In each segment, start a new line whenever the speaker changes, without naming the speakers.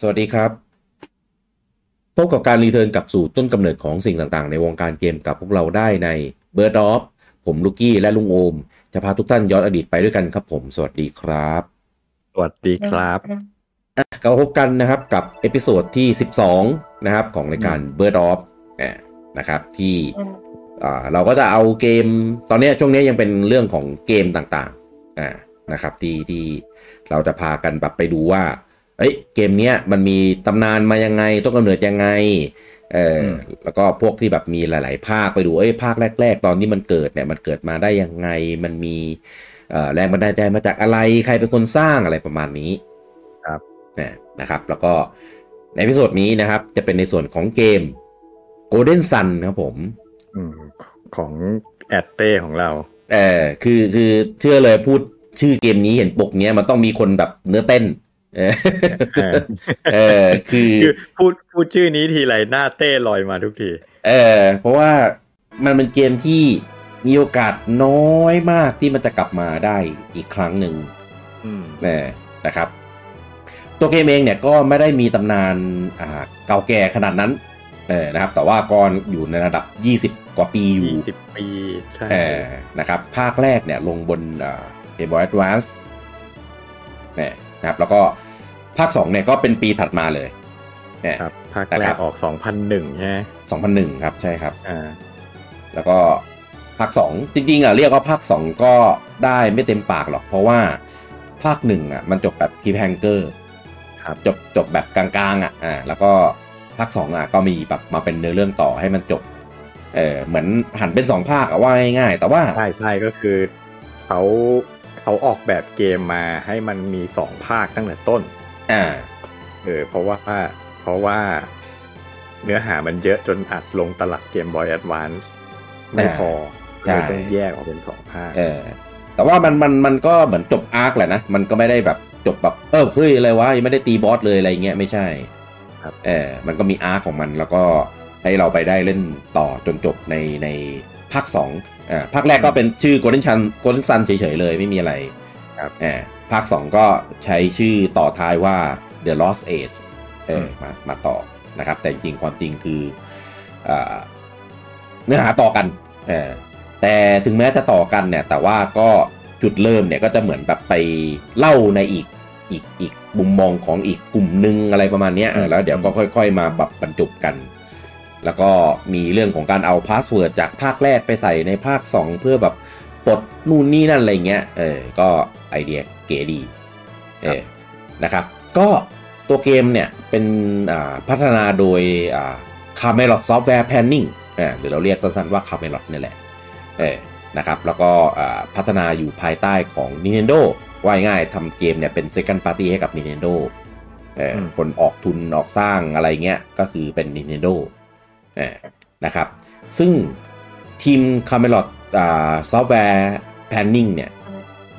สวัสดีครับ พบกับการรีเทิร์นกลับสู่ต้นกำเนิดของสิ่งต่างๆ ในวงการเกมกับพวกเราได้ใน b i r d o f ผมลูกี้และลุงโอม จะพาทุกท่านย้อนอดีตไปด้วยกันครับผม สวัสดีครับ
สวัสดีครับ
กลับมาพบกันนะครับกับเอพิโซดที่ 12 นะครับของรายการ b i r d o f นะครับที่ อ่าเราก็จะเอาเกมตอนเนี้ยช่วงเนี้ยยังเป็นเรื่องของเกมต่างๆอ่านะครับที่ที่เราจะพากันแบบไปดูว่าเอ้ยเกมเนี้ยมันมีตำนานมายังไงต้นกำเนิดยังไงเอออ
ม
แล้วก็พวกที่แบบมีหลาย ๆ ภาคไปดูเอ้ยภาคแรก ๆ ตอนนี้มันเกิดเนี่ยมันเกิดมาได้ยังไงมันมีเอ่อแรงบันดาลใจมาจากอะไรใครเป็นคนสร้างอะไรประมาณนี้นะนะครับแล้วก็ในพิโซดนี้นะครับจะเป็นในส่วนของเกม Golden Sun ครับผม
อืมของแอดเต้ของ เรา
เออคือคือเชื่อเลยพูดชื่อเกมนี้เห็นปกเนี้ยมันต้องมีคนแบบเนื้อเต้น เออ
อ่า
เออคือ
คือพูดพูดชื่อนี้ทีไรหน้าเต้ลอยมาทุกที
เออเพราะว่ามันเป็นเกมที่มีโอกาสน้อยมากที่มันจะกลับมาได้อีกครั้งหนึ่ง
อืม
เออนะครับ ตัวเกมเองเนี่ยก็ไม่ได้มีตำนานอ่าเก่าแก่ขนาดนั้นเออนะครับ แต่ว่าก็อยู่ในระดับ 20 กว่าปีอยู่
ยี่สิบปีใช่
เออนะครับ ภาคแรกเนี่ยลงบนเกมบอยแอดวานส์เนี่ยนะครับ แล้วก็ภาค 2 เนี่ยก็เป็นปีถัดมาเลยเนี่ย
ครับ ภาค
นะ
แร
ครั
ก
บ
ออก 2001 ใช่ไหม
2001 ครับ ใช่ครับ
อ่า
แล้วก็ภาค 2 จริงๆอ่ะเรียกว่าภาค 2 ก็ได้ไม่เต็มปากหรอก เพราะว่าภาค1อ่ะมันจบแบบคีแฮงเกอร์
ครับ
จบจบแบบกลางๆอ่ะอ่าแล้วก็ภาค 2 อ่ะก็มีแบบมาเป็นเนื้อเรื่องต่อให้มันจบเออเหมือนหันเป็น 2 ภาคอ่ะว่าง่ายๆแต่ว่า
ใช่ใช่ก็คือเขาเขาออกแบบเกมมาให้มันมีสองภาคตั้งแต่ต้น
อ่า
เออเพราะว่าเพราะว่าเนื้อหามันเยอะจนอัดลงตลับเกมบอยแอดวานซ์ไม่พอ
ใช่
เลยต้องแยกออกเป็นสองภาค
เออแต่ว่ามันมันมันก็เหมือนจบอาร์คแหละนะ มันก็ไม่ได้แบบจบแบบเออเฮ้ยอะไรวะยังไม่ได้ตีบอสเลยอะไรเงี้ยไม่ใช่
ครับ
เออมันก็มีอาร์คของมันแล้วก็ให้เราไปได้เล่นต่อจนจบในในภาค2อ่าภาคแรกก็เป็นชื่อ Golden Sun Golden Sun เฉยๆเลยไม่มีอะไร
ครับ
เออภาค 2 ก็ใช้ชื่อต่อท้ายว่า The Lost Age เออมามาต่อนะครับ แต่จริงๆความจริงคืออ่าเนื้อหาต่อกันเออ แต่ถึงแม้จะต่อกันเนี่ยแต่ว่าก็จุดเริ่มเนี่ยก็จะเหมือนแบบไปเล่าในอีกอีกอีกมุมมองของอีกกลุ่มหนึงอะไรประมาณเนี้ยเออแล้วเดี๋ยวก็ค่อย ๆ มาปรับประจุกัน แล้วก็มีเรื่องของการเอาพาสเวิร์ดจากภาคแรกไปใส่ในภาค 2 เพื่อแบบปลดนู่นนี่นั่นอะไรเงี้ยเออก็ไอเดียเก๋ดีเออนะครับ ก็ตัวเกมเนี่ยเป็นอ่าพัฒนาโดยคาร์เมลอตซอฟต์แวร์แพนนิงหรือเราเรียกสั้นๆว่าคาร์เมลอตนี่ยแหละ เออนะครับ แล้วก็อ่าพัฒนาอยู่ภายใต้ของ Nintendo ว่ายง่ายๆทำเกมเนี่ยเป็น Second Party ให้กับ Nintendo เอออ
ม
คนออกทุนออกสร้างอะไรเงี้ย ก็คือเป็น Nintendo เออนะครับ ซึ่งทีม Camelot อ่าซอฟต์แวร์ Planning เนี่ย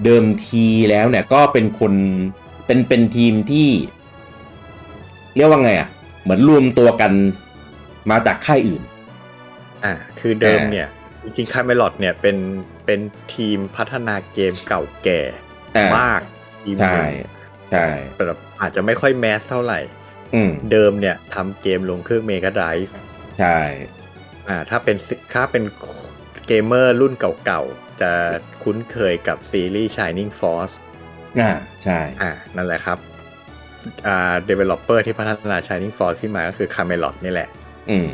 เดิมทีแล้วเนี่ยก็เป็นคนเป็นเป็นทีมที่ เรียกว่าไงอ่ะ เหมือนรวมตัวกันมาจากค่ายอื่น
อ่าคือเดิม
อ่า
เนี่ย จริงๆคาเมลอดเนี่ยเป็นเป็นทีมพัฒนาเกมเก่าแก่
อ่าม
ากทีมห
ใช่
นึ่ง
ใช่
แต่อาจจะไม่ค่อยแมสเท่าไหร่
อืม
เดิมเนี่ยทำเกมลงเครื่องเมกาไดฟ์
ใช่
อ่าถ้าเป็นถ้าเป็นเกมเมอร์รุ่นเก่าๆ จะคุ้นเคยกับซีรีส์ Shining Force
อ่า ใช่
อ่านั่นแหละครับอ่า developer ที่พัฒนา Shining Force ขึ้นมาก็คือ Camelot นี่แหละ
อืม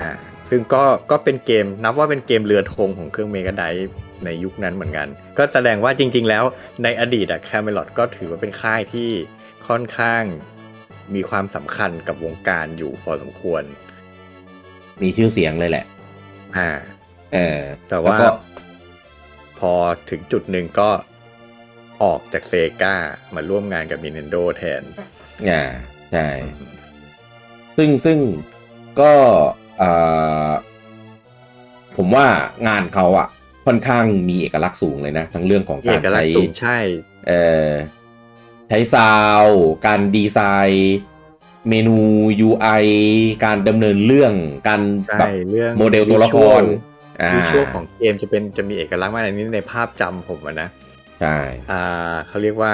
อ่าซึ่งก็ก็เป็นเกมนับว่าเป็นเกมเรือธงของเครื่องเมกาไดฟ์ในยุคนั้นเหมือนกัน ก็แสดงว่าจริง ๆ แล้วในอดีตอะแคมเมลอดก็ถือว่าเป็นค่ายที่ค่อนข้างมีความสำคัญกับวงการอยู่พอสมควร
มีชื่อเสียงเลยแหละ
อ่า
เออ
แต่ว่า
ล้ก็
พอถึงจุดหนึ่งก็ออกจากเซกามาร่วมงานกับ Nintendo แทน
อ่า ใช่ ซึ่งซึ่งก็อ่าผมว่างานเขาอะค่อนข้างมีเอกลักษณ์สูงเลยนะ ทั้งเรื่องของ
เอก
าก ร
ลั
ใช้
กษณ์สูงใช่
เอ่อใช้ซาวด์การดีไซน์เมนู UI การดำเนินเรื่อง การ
ใช่
แบบ
เรื่อง
โมเดลตัวละคร
visual
อ่า
visual ของเกมจะเป็นจะมีเอกลักษณ์มากในนี้ในภาพจำผมอะนะ
ใช่
อ่าเขาเรียกว่า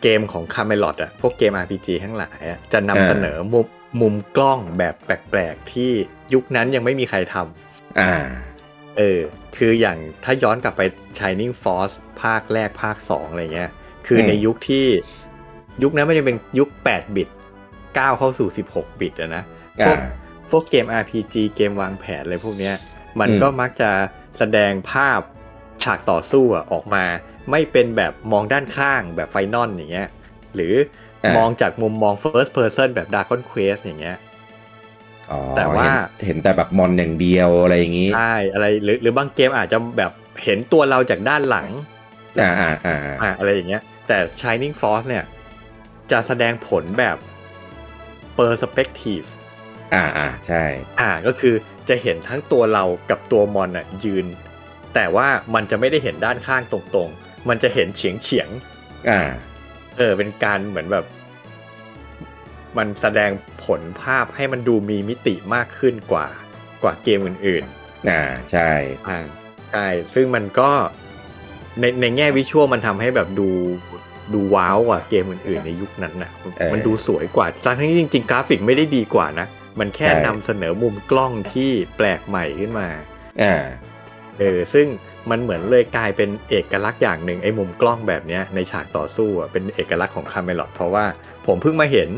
เก เกมของคาเมลอดอะพวกเกม RPG ทั้งหลายอะจะนำเสนอมุมมุมกล้องแบบแปลกๆ ที่ยุคนั้นยังไม่มีใครท
อ่า
ำเออ คืออย่างถ้าย้อนกลับไป Shining Force ภาคแรกภาค 2 อะไรเงี้ย คืออ
ม
ในยุคที่ยุคนั้นมันยังเป็นยุค 8 บิต ก้าวเข้าสู่ 16 บิตอะนะ พ
อ่า
วกพวกเกม RPG เกมวางแผนอะไรพวกเนี้ย มัน
อืม
ก็มักจะแสดงภาพฉากต่อสู้อะออกมา ไม่เป็นแบบมองด้านข้างแบบไฟนอลอย่างเงี้ย หรืออมองจากมุมมอง first person แบบ Dragon Quest อย่างเงี้ย
อ๋อ
แต่ว่า
เห็นเห็นแต่แบบมอนอย่างเดียวอะไรอย่างนี้
ใช่อะไรหรือหรือบางเกมอาจจะแบบเห็นตัวเราจากด้านหลัง
อ่าอ่าอ่า
อ่ะอะไรอย่างเงี้ย แต่ Shining Force เนี่ย จะแสดงผลแบบ perspective
อ่าอ่าใช่
อ่าก็คือจะเห็นทั้งตัวเรากับตัวมอนอ่ะยืน แต่ว่ามันจะไม่ได้เห็นด้านข้างตรงๆ มันจะเห็นเฉียงเฉียง
อ่า
ๆเออเป็นการเหมือนแบบ มันแสดงผลภาพให้มันดูมีมิติมากขึ้นกว่ากว่าเกมอื่น
อ่าใช่
ๆอ่าใช่ซึ่งมันก็ในในแง่วิชวลมันทำให้แบบดูดูว้าวกว่าเกมอื่นๆในยุคนั้นนะ
เออ
มันดูสวยกว่าทั้งที่จริงๆกราฟิกไม่ได้ดีกว่านะมันแค่
ใช่
นำเสนอมุมกล้องที่แปลกใหม่ขึ้นมา
อ่า
เออซึ่งมันเหมือนเลยกลายเป็นเอกลักษณ์อย่างหนึ่งไอ้มุมกล้องแบบเนี้ยในฉากต่อสู้อ่ะเป็นเอกลักษณ์ของคาเมลอดเพราะว่าผมเพิ่งมาเห็น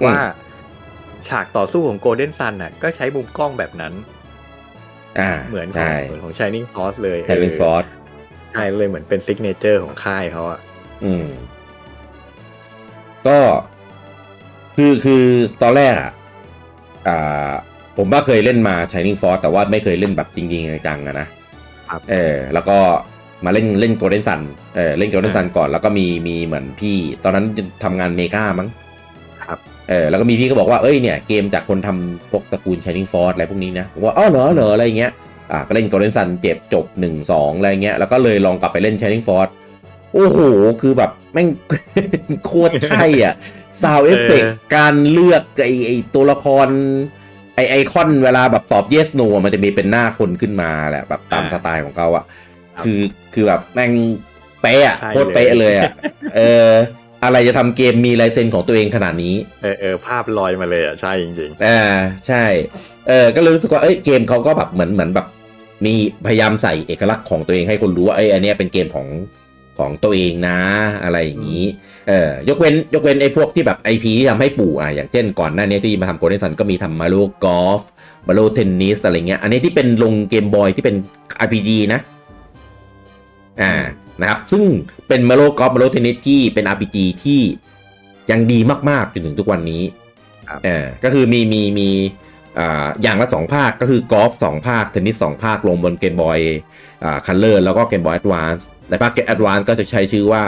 อืม
ว่าฉากต่อสู้ของโกลเด้นซันน่ะก็ใช้มุมกล้องแบบนั้น
อ่า
เหมือนของ
ใช่
เหมือนของชายนิ่งซอสเลย
ไทเป็นฟอร์ส
ใช่เลยเหมือนเป็นซิกเนเจอร์ของค่ายเขาอ่ะ
อืม ก็คือคือตอนแรกอ่ะอ่า ผมว่าเคยเล่นมา Shining Force แต่ว่าไม่เคยเล่นแบบจริงๆจังๆอะนะ
ครับ
เออแล้วก็มาเล่นเล่นโกลเด้นซันเออเล่นโกลเด้นซันก่อนแล้วก็มีมีเหมือนพี่ ตอนนั้นทำงานเมกามั้ง
ครับ
เออแล้วก็มีพี่ก็บอกว่าเอ้ยเนี่ยเกมจากคนทำพวกตระกูลช i นิงฟอร์ e อะไรพวกนี้นะผมว่าอ้อเหรอเหรออะไรเงี้ยอ่ะก็เล่นโกลเด้นซันเจ็บจบหนึ่งสองอะไรเงี้ยแล้วก็เลยลองกลับไปเล่นช i นิงฟอร์ e โอ้โห คือแบบแม่ง โคตรใช่อ่ะ ซาวเอฟเฟก
เออ
การเลือกไอไอตัวละคร ไอไอคอนเวลาแบบตอบ yes no อะมันจะมีเป็นหน้าคนขึ้นมาแหละแบบตาม
อ่า
สไตล์ของเขาอ่ะ
ครับ
คือคือแบบแม่งเป๊ะอะ
ใช่
โคตรเป๊ะ
เลย
เลยอ่ะ เออ อะไรจะทำเกมมีลายเซ็นของตัวเองขนาดนี้
เออเออภาพลอยมาเลยอ่ะใช่จริง
อ่าใช่ เออก็เลยรู้สึกว่าเอ้ยเกมเขาก็แบบเหมือนเหมือนแบบ มีพยายามใส่เอกลักษณ์ของตัวเองให้คนรู้ว่าเอ้ยอันเนี้ยเป็นเกมของของตัวเองนะอะไรอย่างนี้เออยกเว้นยกเว้นไอ้พวกที่แบบไอพีทำให้ปู่อ่ะอย่างเช่นก่อนหน้านี้ที่มาทำโกลเด้นซันก็มีทำมาโลกอล์ฟมาโลเทนนิสอะไรเงี้ยอันนี้ที่เป็นลงเกมบอยที่เป็น RPG นะอ่านะครับซึ่งเป็นมาโลกอล์ฟมาโลเทนนิสที่เป็น RPG ที่ยังดีมากๆจนถึงทุกวันนี้ เออก็คือมีมีมีอ่าอย่างละสองภาคก็คือกอล์ฟสองภาค เทนนิสสองภาคลงบนเกมบอยอ่าคัลเลอร์แล้วก็เกมบอยแอดวานซ์ในภาคเกมแอดวานซ์ก็จะใช้ชื่อว่า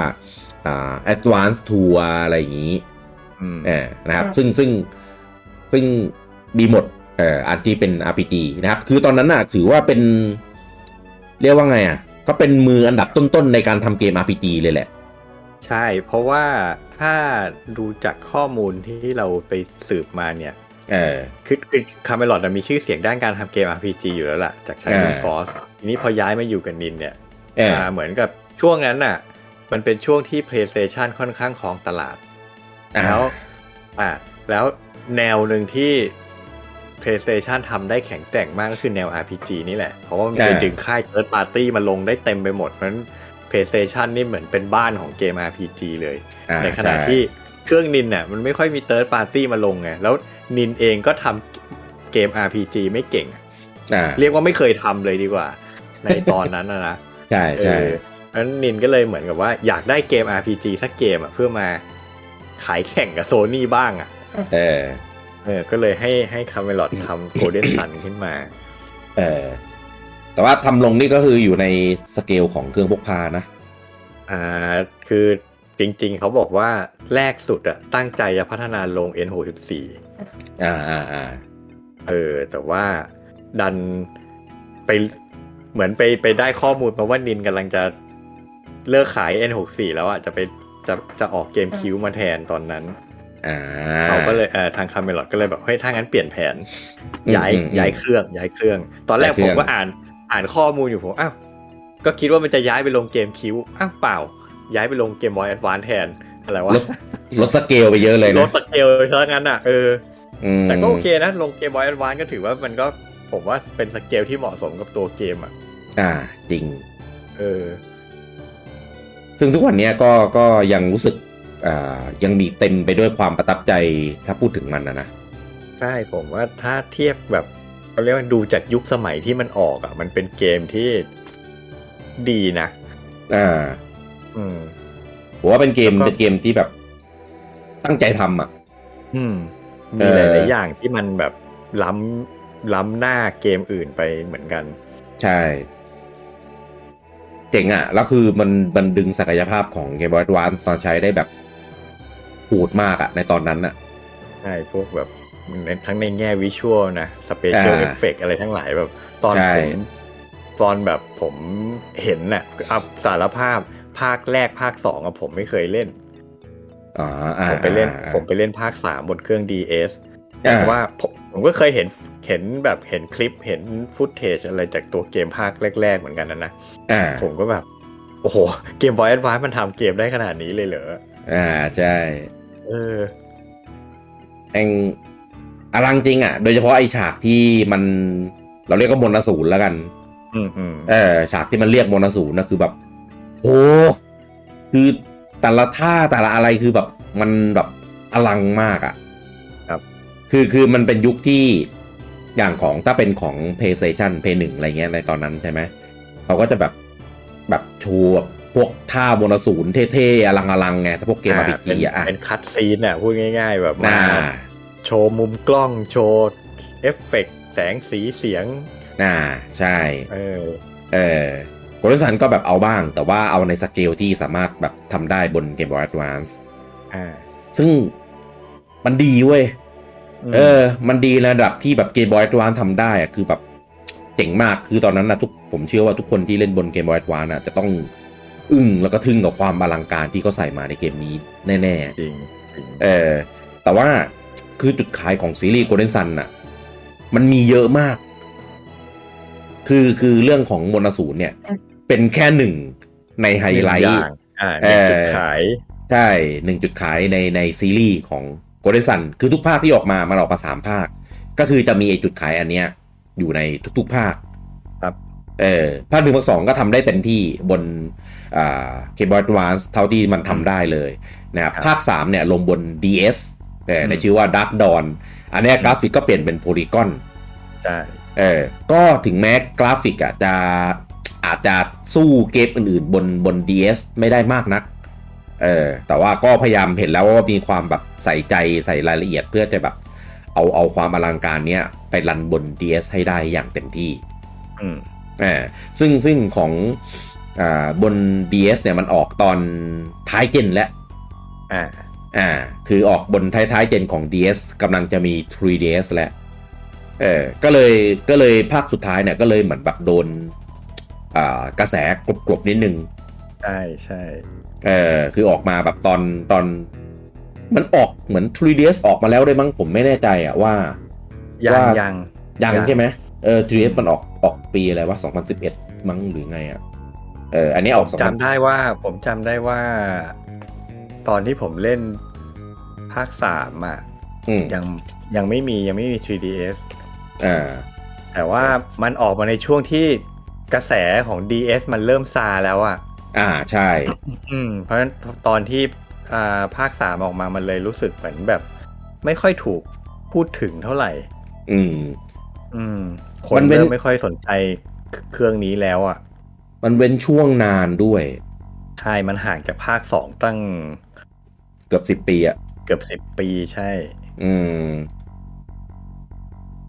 อ่าแอดวานซ์ทัวอะไรอย่างนี้
ๆ อืม
เออนะครับซึ่งซึ่งซึ่งมีหมดเอ่ออันที่เป็น RPG นะครับ คือตอนนั้นน่ะถือว่าเป็น เรียกว่าไงอ่ะ ก็เป็นมืออันดับต้นๆ ในการทำเกม RPG เลยแหละ
ใช่ เพราะว่าถ้าดูจากข้อมูลที่เราไปสืบมาเนี่ย
เออ
คือคือคาเมลอดมีชื่อเสียงด้านการทำเกม RPG อยู่แล้วล่ะ จากชาย
อ่า
ฟอสทีนี้พอย้ายมาอยู่กันนินเนี่ย
เออ
อ่าเหมือนกับช่วงนั้นน่ะ มันเป็นช่วงที่ PlayStation ค่อนข้างครองตลาด
อ่า
แล้วอ่าแล้วแนวหนึ่งที่ PlayStation ทำได้แข็งแกร่งมากก็คือแนว RPG นี่แหละ เพราะว่ามันไปดึงค่ายเ h ิร์ p ปาร์ตี้มาลงได้เต็มไปหมด เพราะฉะนั้น PlayStation นี่เหมือนเป็นบ้านของเกม RPG เลย
อ่า
ในขณะ
ช่
ที่เครื่องนินน่ะมันไม่ค่อยมีเติร์ดปาร์ตี้มาลงไง แล้วนินเองก็ทำเกม RPG ไม่เก่งอะ
อ่า
เรียกว่าไม่เคยทำเลยดีกว่า ในตอนนั้นนะนะ
ใช่ใช่
เออเพราะฉะนั้นนินก็เลยเหมือนกับว่าอยากได้เกม RPG สักเกมอ่ะเพื่อมาขายแข่งกับโซนี่บ้างอ่ะ
เออ
เออก็เลยให้ให้คาเมลอ ดทำโกลเด้นซันขึ้นมา
เออแต่ว่าทำลงนี่ก็คืออยู่ในสเกลของเครื่องพกพานะ
อ่าคือจริงๆ เขาบอกว่าแรกสุดอ่ะตั้งใจจะพัฒนาลง N64
อ่าอ่าอ่า
เออแต่ว่าดันไปเหมือนไปไปได้ข้อมูลมาว่านินกำลังจะเลิกขาย N64 แล้วอ่ะจะไปจะจะออกเกมคิวมาแทนตอนนั้น
อ่า
เขาก็เลยเออทางคาเมลอดก็เลยแบบเฮ้ยถ้างั้นเปลี่ยนแผน
อืม
ย้าย
อืม
ย้ายเครื่อง ย้ายเครื่อง ตอนแรก
ย้ายเครื่อ
ผม
ง
ก็อ่านอ่านข้อมูลอยู่ผมอ้าวก็คิดว่ามันจะย้ายไปลงเกมคิวอ้าวเปล่า ย้ายไปลงเกมบอยแอดวานแทน อะไรวะ
ลดลดสเกลไปเยอะเลย
ล
นะ
ดสเกลซะงั้นอ่ะเออ
อืม
แต่ก็โอเคนะ ลงเกมบอยแอดวานก็ถือว่ามันก็ผมว่าเป็นสเกลที่เหมาะสมกับตัวเกมอ่ะ
อ่าจริง
เออ
ซึ่งทุกวันเนี้ยก็ก็ยังรู้สึกอ่ายังมีเต็มไปด้วยความประทับใจถ้าพูดถึงมันนะนะ
ใช่ผมว่าถ้าเทียบแบบเขาเรียกว่าดูจากยุคสมัยที่มันออกอ่ะ มันเป็นเกมที่ดีนะ
อ่า
อืม
ผมว่าเป็นเกม
แล้วก็
เป็นเกมที่แบบตั้งใจทำอ่ะ
อืม มี
เออ
หลายๆอย่างที่มันแบบล้ำล้ำหน้าเกมอื่นไปเหมือนกัน
ใช่ เจ๋งอ่ะ แล้วคือมันมันดึงศักยภาพของเกมบอยวานมาใช้ได้แบบโหดมากอ่ะ ในตอนนั้นอ่ะ
ใช่พวกแบบในทั้งในแง่วิชวลนะสเปเชียลเอ
อ่า
ฟเฟกอะไรทั้งหลายแบบ ตอน
ใช่
ผมตอนแบบผมเห็นน่ะอับสารภาพภาคแรกภาคสองอะผมไม่เคยเล่น
อ่าอ่า
ผมไปเล่น
อ่า
ผมไปเล่นภาคสามบนเครื่อง DS
อ่
แต่ว่าผมผมก็เคยเห็นเห็นแบบเห็นคลิปเห็นฟุตเทจอะไรจากตัวเกมภาคแรก ๆ เหมือนกันนะนะ
อ่า
ผมก็แบบ โอ้โห เกมบอยแอดวานมันทำเกมได้ขนาดนี้เลยเหรอ
อ่าใช่
เออ
แองอลังจริงอ่ะ โดยเฉพาะไอฉากที่มันเราเรียกว่ามนต์อสูรแล้วกัน
อืมอืม
เออฉากที่มันเรียกมนต์อสูรนะคือแบบโหคือแต่ละท่าแต่ละอะไรคือแบบมันแบบอลังมากอะ่ะ
ครับ
คือคือมันเป็นยุคที่อย่างของถ้าเป็นของ PlayStation p l a y 1อะไรเงี้ยในตอนนั้นใช่ไหมเขาก็จะแบบแบบโชว์แบบพวกท่ามนต์อสูรเท่ๆ อลังอลังๆไงแต่พวกเกมอาร์พี
เป็
จี
น
อ่ะอ่ะ
เป็นคัดซีนอ่ะพูดง่าย ๆ แบบ
น่า
มา โชว์มุมกล้องโชว์เอฟเฟกต์แสงสีเสียง
น่าใช่
เออ
เออโกลสันก็แบบเอาบ้าง แต่ว่าเอาในสเกลที่สามารถแบบทำได้บนเกมบอยแอดวานซ
อ่า
ซึ่งมันดีเว้ย
ม
เออ มันดีในระดับที่แบบเกมบอย d วานทำได้อะคือแบบเจ๋งมาก คือตอนนั้นนะทุกผมเชื่อว่าทุกคนที่เล่นบนเกมบอย d วานอ่ะจะต้องอึ้งแล้วก็ทึ่งกับความอลังการที่เขาใส่มาในเกมนี้แน่
จริงจริง
ๆ เออ แต่ว่าคือจุดขายของซีรีส์ Golden Sun น่ะ มันมีเยอะมาก คือคือเรื่องของมนต์อสูรเนี่ย เป็นแค่หนึ่งในไฮไลท์
นึ่งอย่างอ่า
เออ
เป็นจุดขาย
ใช่หนึ่งจุดขายในในซีรีส์ของโกลเด้นซันคือทุกภาคที่ออกมามันออกมาสามภาค ก็คือจะมีไอจุดขายอันเนี้ยอยู่ในทุกๆภาค
ครับ
เออภาคหนึ่งภาคสองก็ทำได้เต็มที่บนอ่าเคบอร์ดวานเท่าที่มันทำได้เลยนะครับภาคสามเนี่ยลงบน DS เออในชื่อว่า Dark Dawn อันเนี้ยกราฟิกก็เปลี่ยนเป็นโพลีกอน
ใช่
เออ ก็ถึงแม้กราฟิกอ่ะจะอาจจะสู้เกมอื่นๆ บนบน DS ไม่ได้มากนัก เออ แต่ว่าก็พยายามเห็นแล้วว่ามีความแบบใส่ใจใส่รายละเอียดเพื่อจะแบบ เอาเอาความอลังการเนี้ยไปรันบน DS ให้ได้อย่างเต็มที่
อืม
เออซึ่งซึ่งของอ่าบน DS เนี่ยมันออกตอนท้ายเจนแล้ว
อ่า
อ่า คือออกบนท้ายๆเจนของ DS กำลังจะมี 3DS แล้ว เออ ก็เลย ก็เลยภาคสุดท้ายเนี่ย ก็เลยเหมือนแบบโดน อ่า กระแสกลบๆนิดนึง
ใช่ใช่
เออ คือออกมาแบบตอน ตอน มันออกเหมือน 3DS ออกมาแล้วด้วยมั้ง ผมไม่แน่ใจอะว่า
ยัง
ว่า
ยัง
ยังใช่ไหมเออ 3DS มันออก ออกปีอะไรวะ 2011 มั้งหรือไงอะเออ อันนี้ออก
จำได้ว่าผมจำได้ว่า ตอนที่ผมเล่นภาคสามอ่ะ
2000อืม
ยังยังไม่มียังไม่มี 3ds
อ่า
แต่ว่ามันออกมาในช่วงที่กระแสของ DS มันเริ่มซาแล้วอ่ะ
อ่า ใช่
อืมเพราะฉะนั้นตอนที่อ่าภาคสามออกมามันเลยรู้สึกเหมือนแบบ ไม่ค่อยถูกพูดถึงเท่าไหร่
อืม
อืม คน
มันเป็น
เริ่มไม่ค่อยสนใจเครื่องนี้แล้วอ่ะ
มันเว้นช่วงนานด้วย
ใช่มันห่างจากภาคสองตั้ง
เกือบสิบ10 ปีอะ
เกือบสิบปีใช่
อืม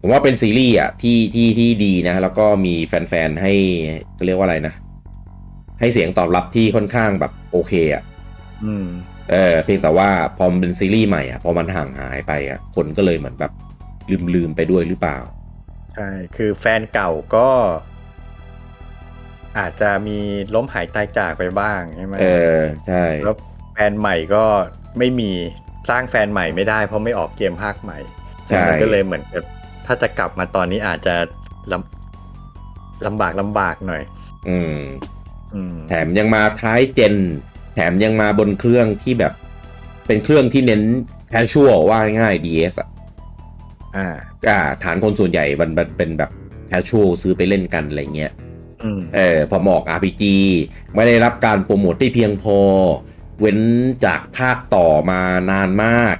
ผมว่าเป็นซีรีส์อ่ะที่ที่ที่ดีนะ แล้วก็มีแฟนๆ ให้เรียกว่าอะไรนะ ให้เสียงตอบรับที่ค่อนข้างแบบโอเคอ่ะ
อืม
เออเพียงแต่ว่าพอมันเป็นซีรีส์ใหม่อ่ะพอมันห่างหายไปอ่ะคนก็เลยเหมือนแบบลืมลืมๆไปด้วยหรือเปล่า
ใช่ คือแฟนเก่าก็ อาจจะมีล้มหายตายจากไปบ้างใช่ไหม
เออ ใช่
แล้วแฟนใหม่ก็ไม่มีสร้างแฟนใหม่ไม่ได้เพราะไม่ออกเกมภาคใหม่
ใช่
มันก็เลยเหมือนกับถ้าจะกลับมาตอนนี้อาจจะลำลำบากลำบากหน่อย
อืม
อืม
แถมยังมาท้ายเจน แถมยังมาบนเครื่องที่แบบ เป็นเครื่องที่เน้นแคชชวลว่าง่าย DS อ่ะ
อ่า
อ่าฐานคนส่วนใหญ่มันมันเป็นแบบแคชชวลซื้อไปเล่นกันอะไรเงี้ย
อืม
เออพอหมออก RPG ไม่ได้รับการโปรโมทที่เพียงพอ เว้นจากภาคต่อมานานมาก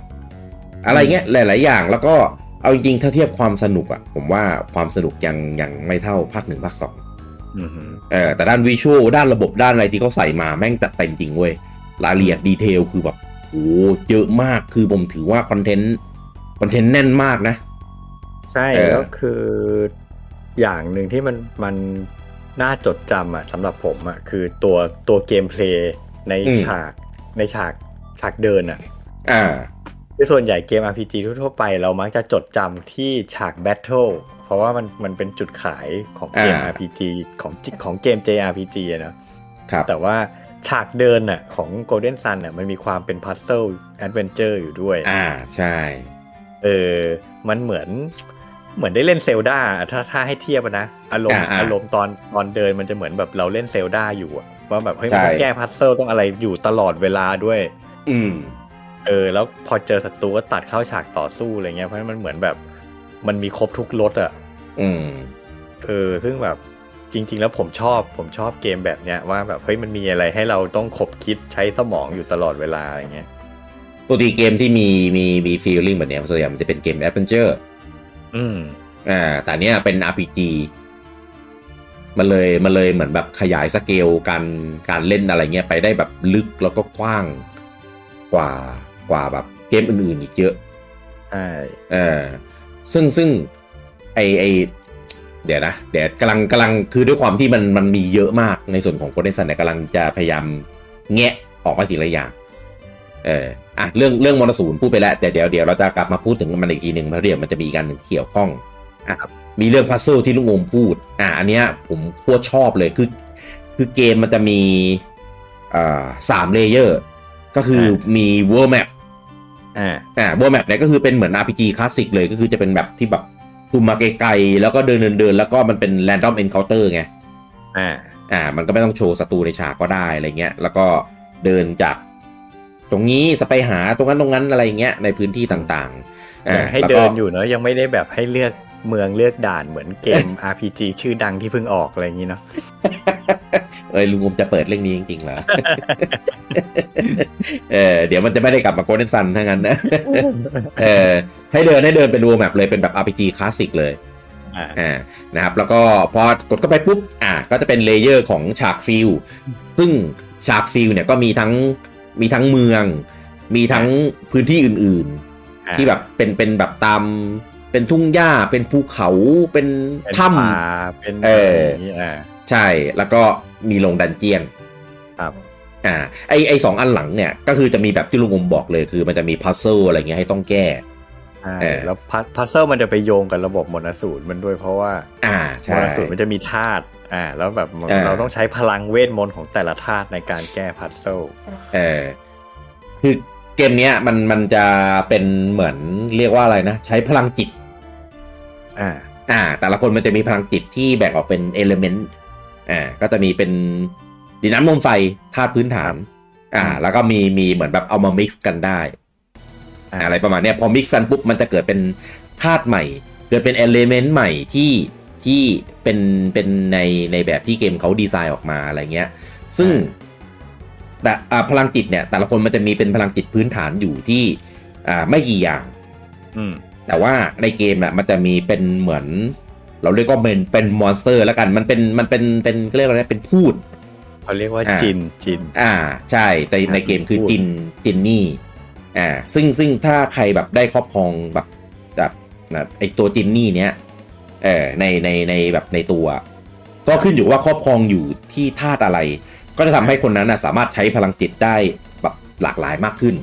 อะไรเงี้ยหลาย ๆ อย่างแล้วก็เอาจริงๆถ้าเทียบความสนุกอะผมว่าความสนุกยังยังไม่เท่าภาคหนึ่งภาคสอง
อือหือ
เออแต่ด้านวิชวลด้านระบบด้านอะไรที่เขาใส่มาแม่งจัดเต็มจริงเว้ยรายละเอียดดีเทลคือแบบโอ้เยอะมากคือผมถือว่าคอนเทนต์คอนเทนต์แน่นมากนะ
ใช่
เออ
แล้วคืออย่างหนึ่งที่มันมันน่าจดจำอ่ะสำหรับผมอ่ะคือตัวตัวเกมเพลย์ในฉากในฉากฉากเดินอ่ะ
อ่า
คือส่วนใหญ่เกม RPG ทั่วๆไปเรามักจะจดจำที่ฉากแบทเทิลเพราะว่ามันมันเป็นจุดขายของเกม
อ่า
RPG ของจิของเกม JRPG อะนะครับ แต่ว่าฉากเดินน่ะของ Golden Sun น่ะมันมีความเป็นพัซเซิลแอดเวนเจอร์อยู่ด้วย
อ่าใช่
เออมันเหมือนเหมือนได้เล่นเซลดาอะถ้าถ้าให้เทียบอะนะ อารมณ์
อ่าอ่า
อารมณ์ตอนตอนเดินมันจะเหมือนแบบเราเล่นเซลดาอยู่อะว่าแบบเฮ้ยมันต้อง
ใช่
แก้พัซเซิลต้องอะไรอยู่ตลอดเวลาด้วย
อืม
เออแล้วพอเจอศัตรูก็ตัดเข้าฉากต่อสู้อะไรเงี้ยเพราะฉะนั้นมันเหมือนแบบ มันมีครบทุกรสอะ่ะ
อืม
เออซึ่งแบบจริง ๆ แล้วผมชอบผมชอบเกมแบบเนี้ยว่าแบบเฮ้ยมันมีอะไรให้เราต้องคบคิดใช้สมองอยู่ตลอดเวลาอะไรเงี้ย
ปกติเกมที่มีมีมีฟีลลิ่งแบบเนี้ยส่วนใหญ่มันจะเป็นเกมแอดเวนเจอร์
อืม
อ่าแต่เนี้ยเป็น RPG มันเลยมันเลยเหมือนแบบขยายสเกลการการเล่นอะไรเงี้ยไปได้แบบลึกแล้วก็กว้างกว่ากว่าแบบเกมอื่นๆอีกเยอะ
ใช่
เออซึ่งซึ่งไอไอเดี๋ยวนะเดี๋ยวกำลังกำลังคือด้วยความที่มันมันมีเยอะมากในส่วนของโคเดนซันเนี่ยกำลังจะพยายามแงะออกมาทีละอย่างเอออ่ะเรื่องเรื่องมรสูนพูดไปแล้วแต่เดี๋ยวเดี๋ยวเราจะกลับมาพูดถึงมันอีกทีหนึ่งเพราะเดี๋ยวมันจะมีอีกการหนึ่งเกี่ยวข้องอ่ะมีเรื่องพัซโซที่ลุงโอมพูด อ่ะอันเนี้ยผมโคตรชอบเลยคือคือเกมมันจะมีอ่าสามเลเยอร์ก็คือมีเวอร์แมป
อ่า
อ่าเวอร์แมปเนี่ยก็คือเป็นเหมือน RPG คลาสสิกเลยก็คือจะเป็นแบบที่แบบซูมมาไกลๆแล้วก็เดินเดินเดินๆแล้วก็มันเป็นแรนดอมเอนเคาน์เตอร์ไง
อ่า
อ่า มันก็ไม่ต้องโชว์ศัตรูในฉากก็ได้อะไรเงี้ย แล้วก็เดินจาก ตรงนี้สไปหาตรงนั้นตรงนั้นอะไรเงี้ยในพื้นที่ต่างๆ
ยั
อ่าง
ให้
แล้วก็
เดินอยู่เนอะยังไม่ได้แบบให้เลือกเมืองเลือกด่านเหมือนเกม RPG ชื่อดังที่เพิ่งออกอะไรอย่างนี้เนาะ
เอ้ยลุงอมจะเปิดเรื่องนี้จริงๆเหรอ เออเดี๋ยวมันจะไม่ได้กลับมาโกลเด้นซันถ้างั้นนะ เออให้เดินให้เดินเป็นเวอร์แมปเลยเป็นแบบ RPG คลาสสิกเลย
อ่า
อ่านะครับแล้วก็พอกดเข้าไปปุ๊บอ่าก็จะเป็นเลเยอร์ของฉากฟิลซึ่งฉากฟิลเนี่ยก็มีทั้งมีทั้งเมือง มีทั้งพื้นที่อื่นๆ ที่แบบเป็นเป็นแบบตามเป็นทุ่งหญ้าเป็นภูเขาเป็น
เป็น
ถ้
ป่าเป็น
เอออ
อย่างนี้อ่า
ำใช่แล้วก็มีลงดันเจียน
ครับ
อ่าไอไอสองอันหลังเนี่ย ก็คือจะมีแบบที่ลุงอมบอกเลยคือมันจะมีพัซเซิลอะไรเงี้ยให้ต้องแก้
ใช่
เออ
แล้วพัซพัซเซิลมันจะไปโยงกับระบบมนต์สูตรมันด้วยเพราะว่า
อ่าใช่
มรสุมมันจะมีธาตุ อ่า แล้วแบบมัน
อ่า
เราต้องใช้พลังเวทมนต์ของแต่ละธาตุในการแก้พัซเซิล
เออคือเกมเนี้ยมันมันจะเป็นเหมือนเรียกว่าอะไรนะ ใช้พลังจิต
อ่า
อ่า แต่ละคนมันจะมีพลังจิตที่แบ่งออกเป็นเอลเมนต์อ่าก็จะมีเป็นดินน้ำลมไฟธาตุพื้นฐาน อ่า
อืม
แล้วก็มีมีเหมือนแบบเอามามิกซ์กันได้อ่าอะไรประมาณเนี้ยพอมิกซ์กันปุ๊บมันจะเกิดเป็นธาตุใหม่ เกิดเป็นเอลเมนต์ใหม่ที่ที่เป็นเป็นในในแบบที่เกมเขาดีไซน์ออกมาอะไรเงี้ย ซึ่งแต่อ่าพลังจิตเนี่ย แต่ละคนมันจะมีเป็นพลังจิตพื้นฐานอยู่ที่อ่าไม่กี่อย่าง
อืม
แต่ว่าในเกมน่ะมันจะมีเป็นเหมือน เราเรียกว่าเป็นเป็นมอนสเตอร์แล้วกันมันเป็นมันเป็นเป็นเรียกว่าอะไรเป็นพูด
เขาเรียกว่า
อ่า
จิน จิน
อ่าใช่แต่ในเกมคือ
พูด
จินจินนี่อ่าซึ่งซึ่งถ้าใครแบบได้ครอบครองแบบแบบนะไอตัวจินนี่เนี้ยเออในในในแบบในตัว ก็ขึ้นอยู่ว่าครอบครองอยู่ที่ธาตุอะไร ก็จะทำให้คนนั้นนะสามารถใช้พลังจิตได้แบบหลากหลายมากขึ้น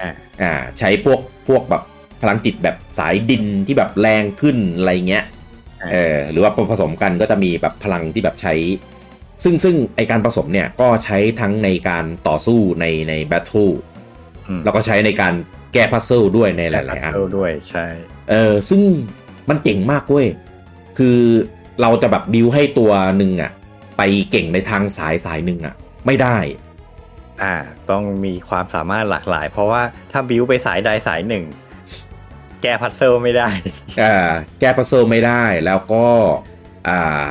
อ่า
อ่าใช้พวกพวกแบบพลังจิตแบบสายดินที่แบบแรงขึ้นอะไรเงี้ย
อ่า
เออหรือว่าผสมกันก็จะมีแบบพลังที่แบบใช้ ซึ่งซึ่งไอการผสมเนี่ยก็ใช้ทั้งในการต่อสู้ในในแบทเทิล
อืม
แล้วก็ใช้ในการแก้พัซเซิลด้วยในห
แก้
ลา
พั
ย
ซ
ๆอัน
เซิลด้วย ใช่
เออซึ่งมันเจ๋งมากเว้ย คือเราจะแบบบิวให้ตัวหนึ่งอะไปเก่งในทางสายสายหนึ่งอะไม่ได้
อ่า ต้องมีความสามารถหลากหลาย เพราะว่าถ้าบิวไปสายใดสายหนึ่ง แก้พัซเซิลไม่ได้
อ่าแก้ปัซเซิลไม่ได้แล้วก็อ่า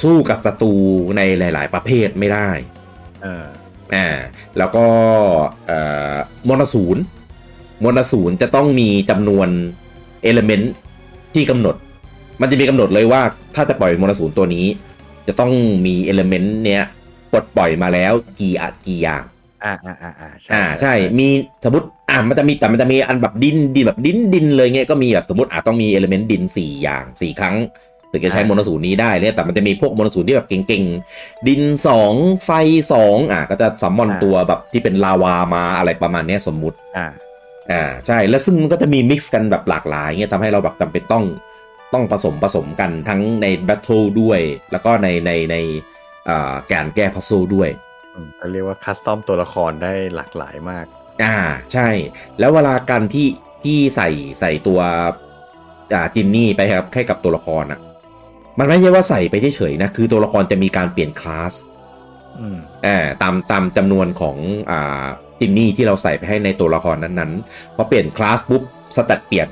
สู้กับศัตรูในหลาย ๆ ประเภทไม่ได้
เออ
อ่าแล้วก็เอ่อมนสูนมนสูนจะต้องมีจำนวนเอลเมนต์ที่กำหนด มันจะมีกำหนดเลยว่าถ้าจะปล่อยมนสูนตัวนี้ จะต้องมีเอลเมนต์เนี้ยปลดปล่อยมาแล้วกี่อะกี่อย่าง
อ่าอ่าอ่าอ่า
อ่าใช่ มีสมมติอ่ามันจะมีแต่มันจะมีอันแบบดินดินแบบดินดินเลยเงี้ยก็มีแบบสมมติอาจต้องมีเอลเมนต์ดิน 4 อย่าง 4 ครั้งถึงจะใช้โมโนสูตรนี้ได้เนี่ยแต่มันจะมีพวกโมโนสูตรที่แบบเก่งๆ ดิน 2 ไฟ 2 อ่าก็จะสัมมอนตัวแบบที่เป็นลาวามาอะไรประมาณเนี้ยสมมุติ
อ่า
อ่าใช่แล้วซึ่งมันก็จะมีมิกซ์กันแบบหลากหลายเงี้ยทำให้เราแบบจำเป็นต้องต้องผสมผสมกันทั้งในแบทเทิลด้วย แล้วก็ในในในอ่าการแก้พัซโซลด้วย
อืมก็เรียกว่าคัสตอมตัวละครได้หลากหลายมาก
อ่าใช่ แล้วเวลาการที่ที่ใส่ใส่ตัวอ่าจินนี่ไปครับให้กับตัวละครอ่ะ มันไม่ใช่ว่าใส่ไปเฉยๆนะ คือตัวละครจะมีการเปลี่ยนคลาส
อืม
อ่าตามตามจำนวนของอ่าจินนี่ที่เราใส่ไปให้ในตัวละครนั้นๆพอเปลี่ยนคลาสปุ๊บสแตตเปลี่ยน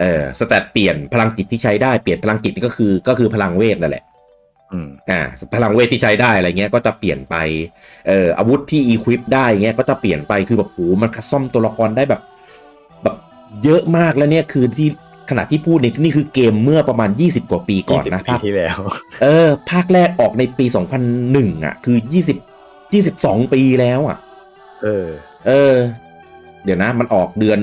เออสแตตเปลี่ยนพลังจิตที่ใช้ได้เปลี่ยนพลังจิตก็คือก็คือพลังเวทนั่นแหละ
อืม
อ่าพลังเวทที่ใช้ได้อะไรเงี้ยก็จะเปลี่ยนไปเอ่ออาวุธที่อีควิปได้เงี้ยก็จะเปลี่ยนไปคือแบบโหมันคัสซ่อมตัวละครได้แบบแบบเยอะมากแล้วเนี่ยคือที่ขณะที่พูดนี่นี่คือเกมเมื่อประมาณ 20 กว่าปีก่อนนะ
20ปี
ภาค
ที่แล้ว
เออภาคแรกออกในปี 2001อ่ะคือ 20 22 ปีแล้วอ่ะ
เออ
เออ เดี๋ยวนะ มันออกเดือน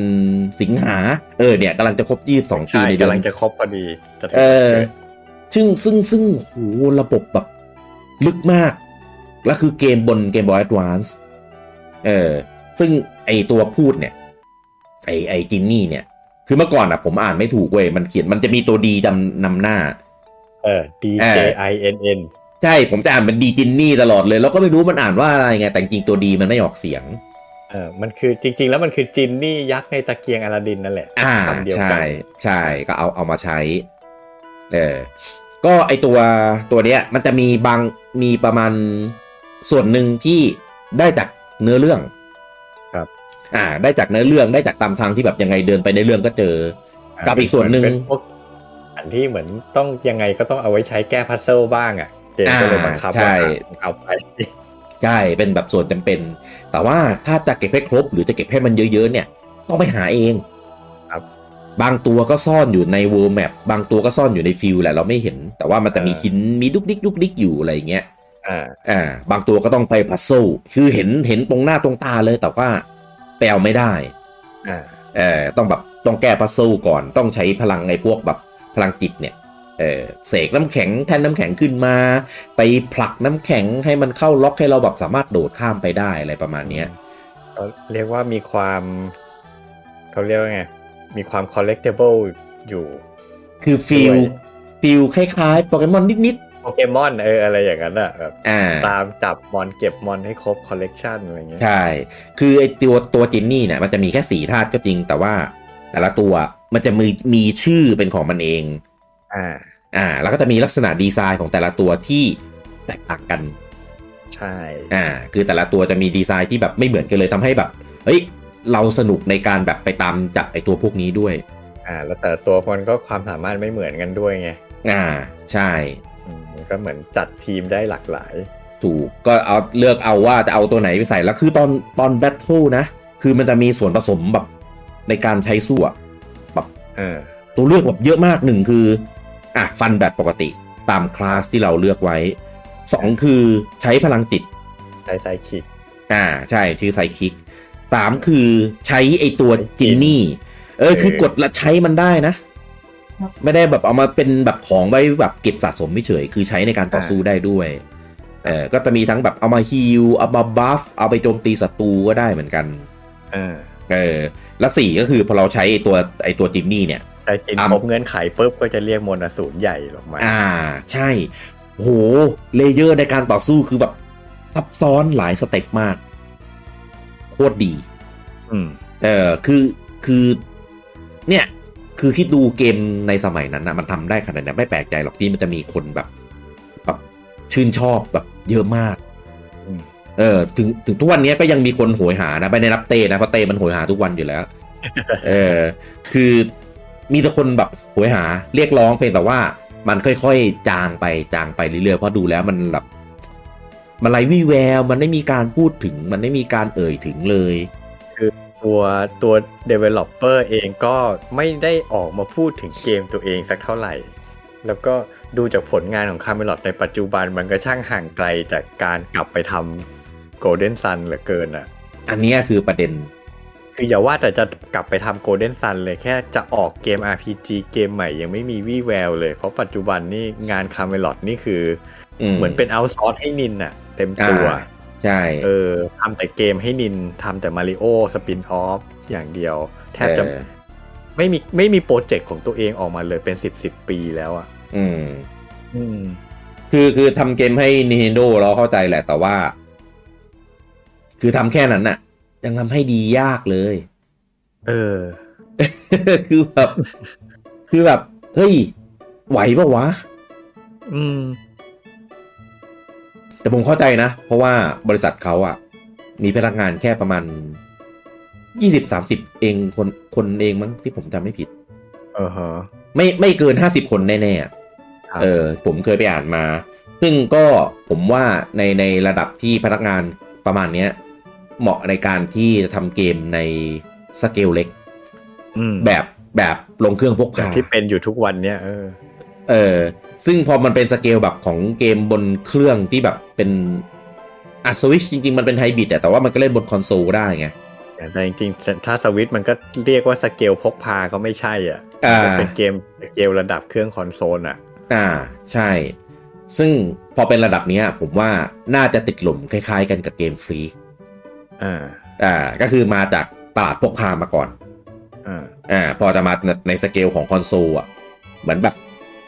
สิงหาเออเนี่ยกำลังจะครบ 22ปี
ใช่
ในเดือน
กำลังจะครบพอดีแต่ถึง
เออ
จะกิด
ซึ่งซึ่งซึ่งโหระบบแบบลึกมาก แล้วคือเกมบนเกมบอยแอดวานซ์เออ ซึ่งไอตัวพูดเนี่ย ไอไอจินนี่เนี่ย คือเมื่อก่อนอะผมอ่านไม่ถูกเว้ย มันเขียนมันจะมีตัวดีจำนำหน้า
เออ D J I N N
ใช่ ผมจะอ่านเป็นดีจินนี่ตลอดเลย แล้วก็ไม่รู้มันอ่านว่าอะไรไง แต่จริงๆตัวดีมันไม่ออกเสียง
เออ มันคือจริง ๆ แล้วมันคือจินนี่ยักษ์ในตะเกียงอลาดินนั่นแหละ
อ่า
คำเดียว
ใช่
กัน
ใช่ก็เอาเอามาใช้ เออก็ไอตัวตัวเนี้ยมันจะมีบางมีประมาณส่วนหนึ่งที่ได้จากเนื้อเรื่อง
ครับ
อ่า ได้จากเนื้อเรื่องได้จากตามทางที่แบบยังไงเดินไปในเรื่องก็เจอ กับอีกส่วนหนึ่ง
เป็พวกอันที่เหมือนต้องยังไงก็ต้องเอาไว้ใช้แก้พัซเซิลบ้างอ่ะเกมก็เลยบังคับ
อ่าใช่
ว่าเอาไป
ใช่เป็นแบบส่วนจำเป็น แต่ว่าถ้าจะเก็บให้ครบหรือจะเก็บให้มันเยอะๆเนี่ย ต้องไปหาเอง
ครับ
บางตัวก็ซ่อนอยู่ในเว r ร์แมปบางตัวก็ซ่อนอยู่ในฟิลแหละเราไม่เห็น แต่ว่ามันจะมีหินมีดุกดิกดุกดิกอยู่อะไรอย่างเงี้ย
อ่า
อ่าบางตัวก็ต้องไปพัซโซลคือเห็นเห็นตรงหน้าตรงตาเลยแต่ว่าแปลไม่ได้
อ่า
เออต้องแบบต้องแก้พัซโซลก่อนต้องใช้พลังไอ้พวกแบบพลังจิตเนี่ยเออเสกน้ำแข็งแทนน้ำแข็งขึ้นมา ไปผลักน้ำแข็งให้มันเข้าล็อกให้เราแบบสามารถโดดข้ามไปได้อะไรประมาณเนี้ย
เขาเรียกว่ามีความเขาเรียกว่าไง มีความ collectible อยู่
คือฟิล
ด้วย
ฟิลคล้ายๆโปเกมอนนิด
โปเกมอนเอออะไรอย่างนั้นอ่ะแบบ
ๆอ่า
ตามจับมอนเก็บมอนให้ครบ collection อะไรเงี้ย
ใช่ คือไอตัวตัวจินนี่เนี่ยมันจะมีแค่สี่ธาตุก็จริง แต่ว่าแต่ละตัวมันจะมีมีชื่อเป็นของมันเอง
อ่า
อ่าแล้วก็จะมีลักษณะดีไซน์ของแต่ละตัวที่แตกต่างกัน
ใช่
อ่าคือแต่ละตัวจะมีดีไซน์ที่แบบไม่เหมือนกันเลยทำให้แบบเฮ้ยเราสนุกในการแบบไปตามจับไอตัวพวกนี้ด้วย
อ่า แล้วแต่ตัวมันก็ความสามารถไม่เหมือนกันด้วยไง
อ่าใช่
อืมมันก็เหมือนจัดทีมได้หลากหลาย
ถูกก็เอาเลือกเอาว่าจะเอาตัวไหนไปใส่แล้วคือตอนตอนแบทเทิลนะ คือมันจะมีส่วนผสมแบบในการใช้สู้อะแบบ
เออ
ตัวเลือกแบบเยอะมากหนึ่งคืออ่ะฟันแบบปกติตามคลาสที่เราเลือกไว้สองคือใช้พลังจิต
ใช้ไซคิก
อ่าใช่ชื่อไซคิกสามคือใช้ไอตัวจินนี่ เออ
เออ
คือกดและใช้มันได้นะ ไม่ได้แบบเอามาเป็นแบบของไว้แบบเก็บสะสมไม่เฉย คือใช้ในการต่อสู้ได้ด้วย เออก็จะมีทั้งแบบเอามาฮิลเอามาบัฟเอาไปโจมตีศัตรูก็ได้เหมือนกัน
เออ
เออ และสี่ก็คือพอเราใช้ไอตัวไอตัวจินนี่เนี่ย
แต่กิน
ตาม
ครบเงื่อนไขปุ๊บก็จะเรียกมนอสูรใหญ่ลงมา
อ่าใช่ โหเลเยอร์ในการต่อสู้คือแบบซับซ้อนหลายสเต็ปมาก โคตรดี
อืม
เออคือ คือ เนี่ย คือคิดดูเกมในสมัยนั้นนะมันทำได้ขนาดเนี้ยไม่แปลกใจหรอกที่มันจะมีคนแบบแบบชื่นชอบแบบเยอะมาก
อืม
เออถึงถึงทุกวันนี้ก็ยังมีคนโหยหานะไม่ได้นับเต้นะเพราะเต้มันโหยหาทุกวัน อยู่แล้ว เออ คือมีแต่คนแบบโหยหาเรียกร้องเพียงแต่ว่ามันค่อยๆจางไปจางไปเรื่อยๆเพราะดูแล้วมันแบบมันไรวี่แวว มันไม่มีการพูดถึง มันไม่มีการเอ่ยถึงเลย
ตัวตัว developer เองก็ไม่ได้ออกมาพูดถึงเกมตัวเองสักเท่าไหร่ แล้วก็ดูจากผลงานของคา m e l o t ในปัจจุบันมันก็ช่างห่างไกลจากการกลับไปทำ Golden Sun เหลือเกินอ่ะ
อันเนี้ยคือประเด็น
คืออย่าว่าแต่จะกลับไปทำ Golden Sun เลยแค่จะออกเกม RPG เกมใหม่ยังไม่มีวี่แววเลย เพราะปัจจุบันนี่งานคา m e l o t นี่คืออเหมือนเป็นเอาซอร์ให้นินอ่ะ เต็มตัว
อ่า ใช่
เออทำแต่เกมให้นินทำแต่มาริโอสปินออฟอย่างเดียว แทบจะ
เออ
ไม่มีไม่มีโปรเจกต์ของตัวเองออกมาเลยเป็นสิบสิบปีแล้วอ่ะ
อืม คือคือทำเกมให้ Nintendo เราเข้าใจแหละแต่ว่า คือทำแค่นั้นน่ะ ยังทำให้ดียากเลย
เออ
คือแบบ คือแบบ เฮ้ย ไหวปะวะ
อืม
แต่ผมเข้าใจนะ เพราะว่าบริษัทเขาอะมีพนักงานแค่ประมาณยี่สิบสามสิบเองคนคนเองมั้งที่ผมจำไม่ผิด
เออฮะ
ไม่ไม่เกินห้าสิบคนแน่ๆอะ
ครับ
เออ ผมเคยไปอ่านมา ซึ่งก็ผมว่าในในระดับที่พนักงานประมาณเนี้ย เหมาะในการที่จะทำเกมในสเกลเล็ก
อืม
แบบแบบลงเครื่องพก
แบ
พา
บที่เป็นอยู่ทุกวันเนี่ยเออ
เออ ซึ่งพอมันเป็นสเกลแบบของเกมบนเครื่องที่แบบเป็นอัสวิชจริง ๆ มันเป็นไฮบริดอะแต่ว่ามันก็เล่นบนคอนโซลได้ไง
แต่จริงๆ ถ้าสวิตช์มันก็เรียกว่าสเกลพกพาก็ไม่ใช่อ่ะ
อ่า
มันเป็นเกมสเกลระดับเครื่องคอนโซลอ่ะ
อ่าใช่ ซึ่งพอเป็นระดับเนี้ย ผมว่าน่าจะติดหล่มคล้ายๆ กันกับเกมฟรี
อ่า
อ่าก็คือมาจากตลาดพกพามาก่อน
อ่า
อ่า พอจะมาในในสเกลของคอนโซลอ่ะ เหมือนแบบ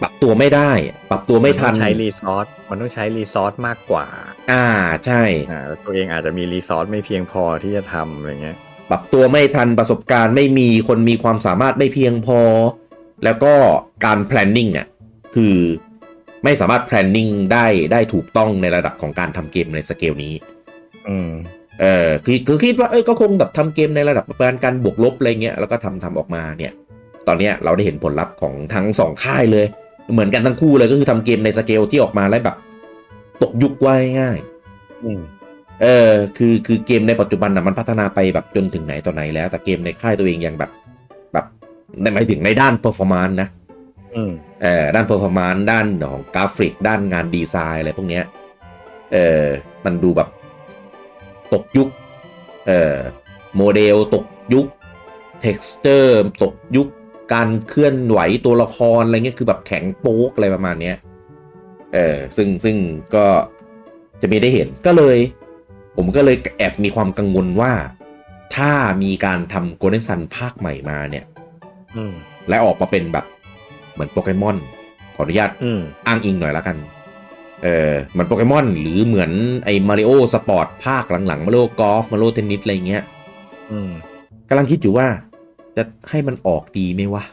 ปรับตัวไม่ได้ ปรับตัวไม่ทัน
ใช้รีซอสมันต้องใช้รีซอสมากกว่า
อ่า ใช่
อ่าแล้วตัวเองอาจจะมีรีซอสไม่เพียงพอที่จะทำอะไรเงี้ย
ปรับตัวไม่ทันประสบการณ์ไม่มีคนมีความสามารถไม่เพียงพอ แล้วก็การ planning อ่ะ คือไม่สามารถ planning ได้ได้ถูกต้องในระดับของการทำเกมในสเกลนี้
อืม
เออคือคือคิดว่าเอ้ยก็คงแบบทำเกมในระดับประมาณการบวกลบอะไรเงี้ยแล้วก็ทำทำออกมาเนี่ย ตอนเนี้ยเราได้เห็นผลลัพธ์ของทั้งสองค่ายเลย เหมือนกันทั้งคู่เลยก็คือทำเกมในสเกลที่ออกมาแล้วแบบ ตกยุคว่าง่าย
อืม
ๆเออคือคือเกมในปัจจุบันน่ะมันพัฒนาไปแบบจนถึงไหนต่อไหนแล้ว แต่เกมในค่ายตัวเองยังแบบ แบบในหมายถึงในด้านเ e อร์ฟอร์มานนะ
อืม
เออด้านเ e อร์ฟอร์มานด้านของกราฟิก ด้านงานดีไซน์อะไรพวกเนี้ยเออมันดูแบบ ตกยุค เอ่อ โมเดลตกยุค เท็กซ์เจอร์ตกยุค การเคลื่อนไหวตัวละครอะไรเงี้ย คือแบบแข็งโป๊กอะไรประมาณเนี้ย เออ ซึ่งซึ่งก็จะมีได้เห็น ก็เลย ผมก็เลยแอบมีความกังวลว่า ถ้ามีการทำโกลเด้นซันภาคใหม่มาเนี่ย
อืม
และออกมาเป็นแบบเหมือนโปเกมอน ขออนุญาต
อืม
อ้างอิงหน่อยละกัน เออเหมือนโปเกมอนหรือเหมือนไอ้มาริโอสปอร์ตภาคหลังๆ มาริโอกอล์ฟมาริโอเทนนิสอะไรเงี้ย
อืม
กำลังคิดอยู่ว่า จะให้มันออกดีไหมวะ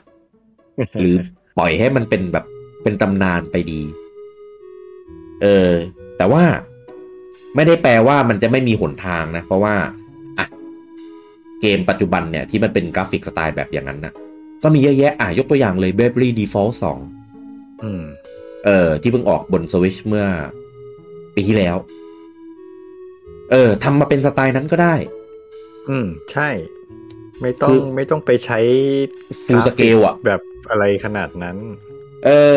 หรือปล่อยให้มันเป็นแบบเป็นตำนานไปดี เออ แต่ว่าไม่ได้แปลว่ามันจะไม่มีหนทางนะ เพราะว่าอ่ะเกมปัจจุบันเนี่ย ที่มันเป็นกราฟิกสไตล์แบบอย่างนั้นนะก็มีเยอะแยะอ่ะยกตัวอย่างเลย b a b l y Default 2
อืม
เออที่เพิ่งออกบนสวิชเมื่อปีที่แล้ว เออทำมาเป็นสไตล์นั้นก็ได้
อืม ใช่ ไม่ต้อง
คือ
ไม่ต้องไปใช้
full scale อ่ะ
แบบอะไรขนาดนั้น
เออ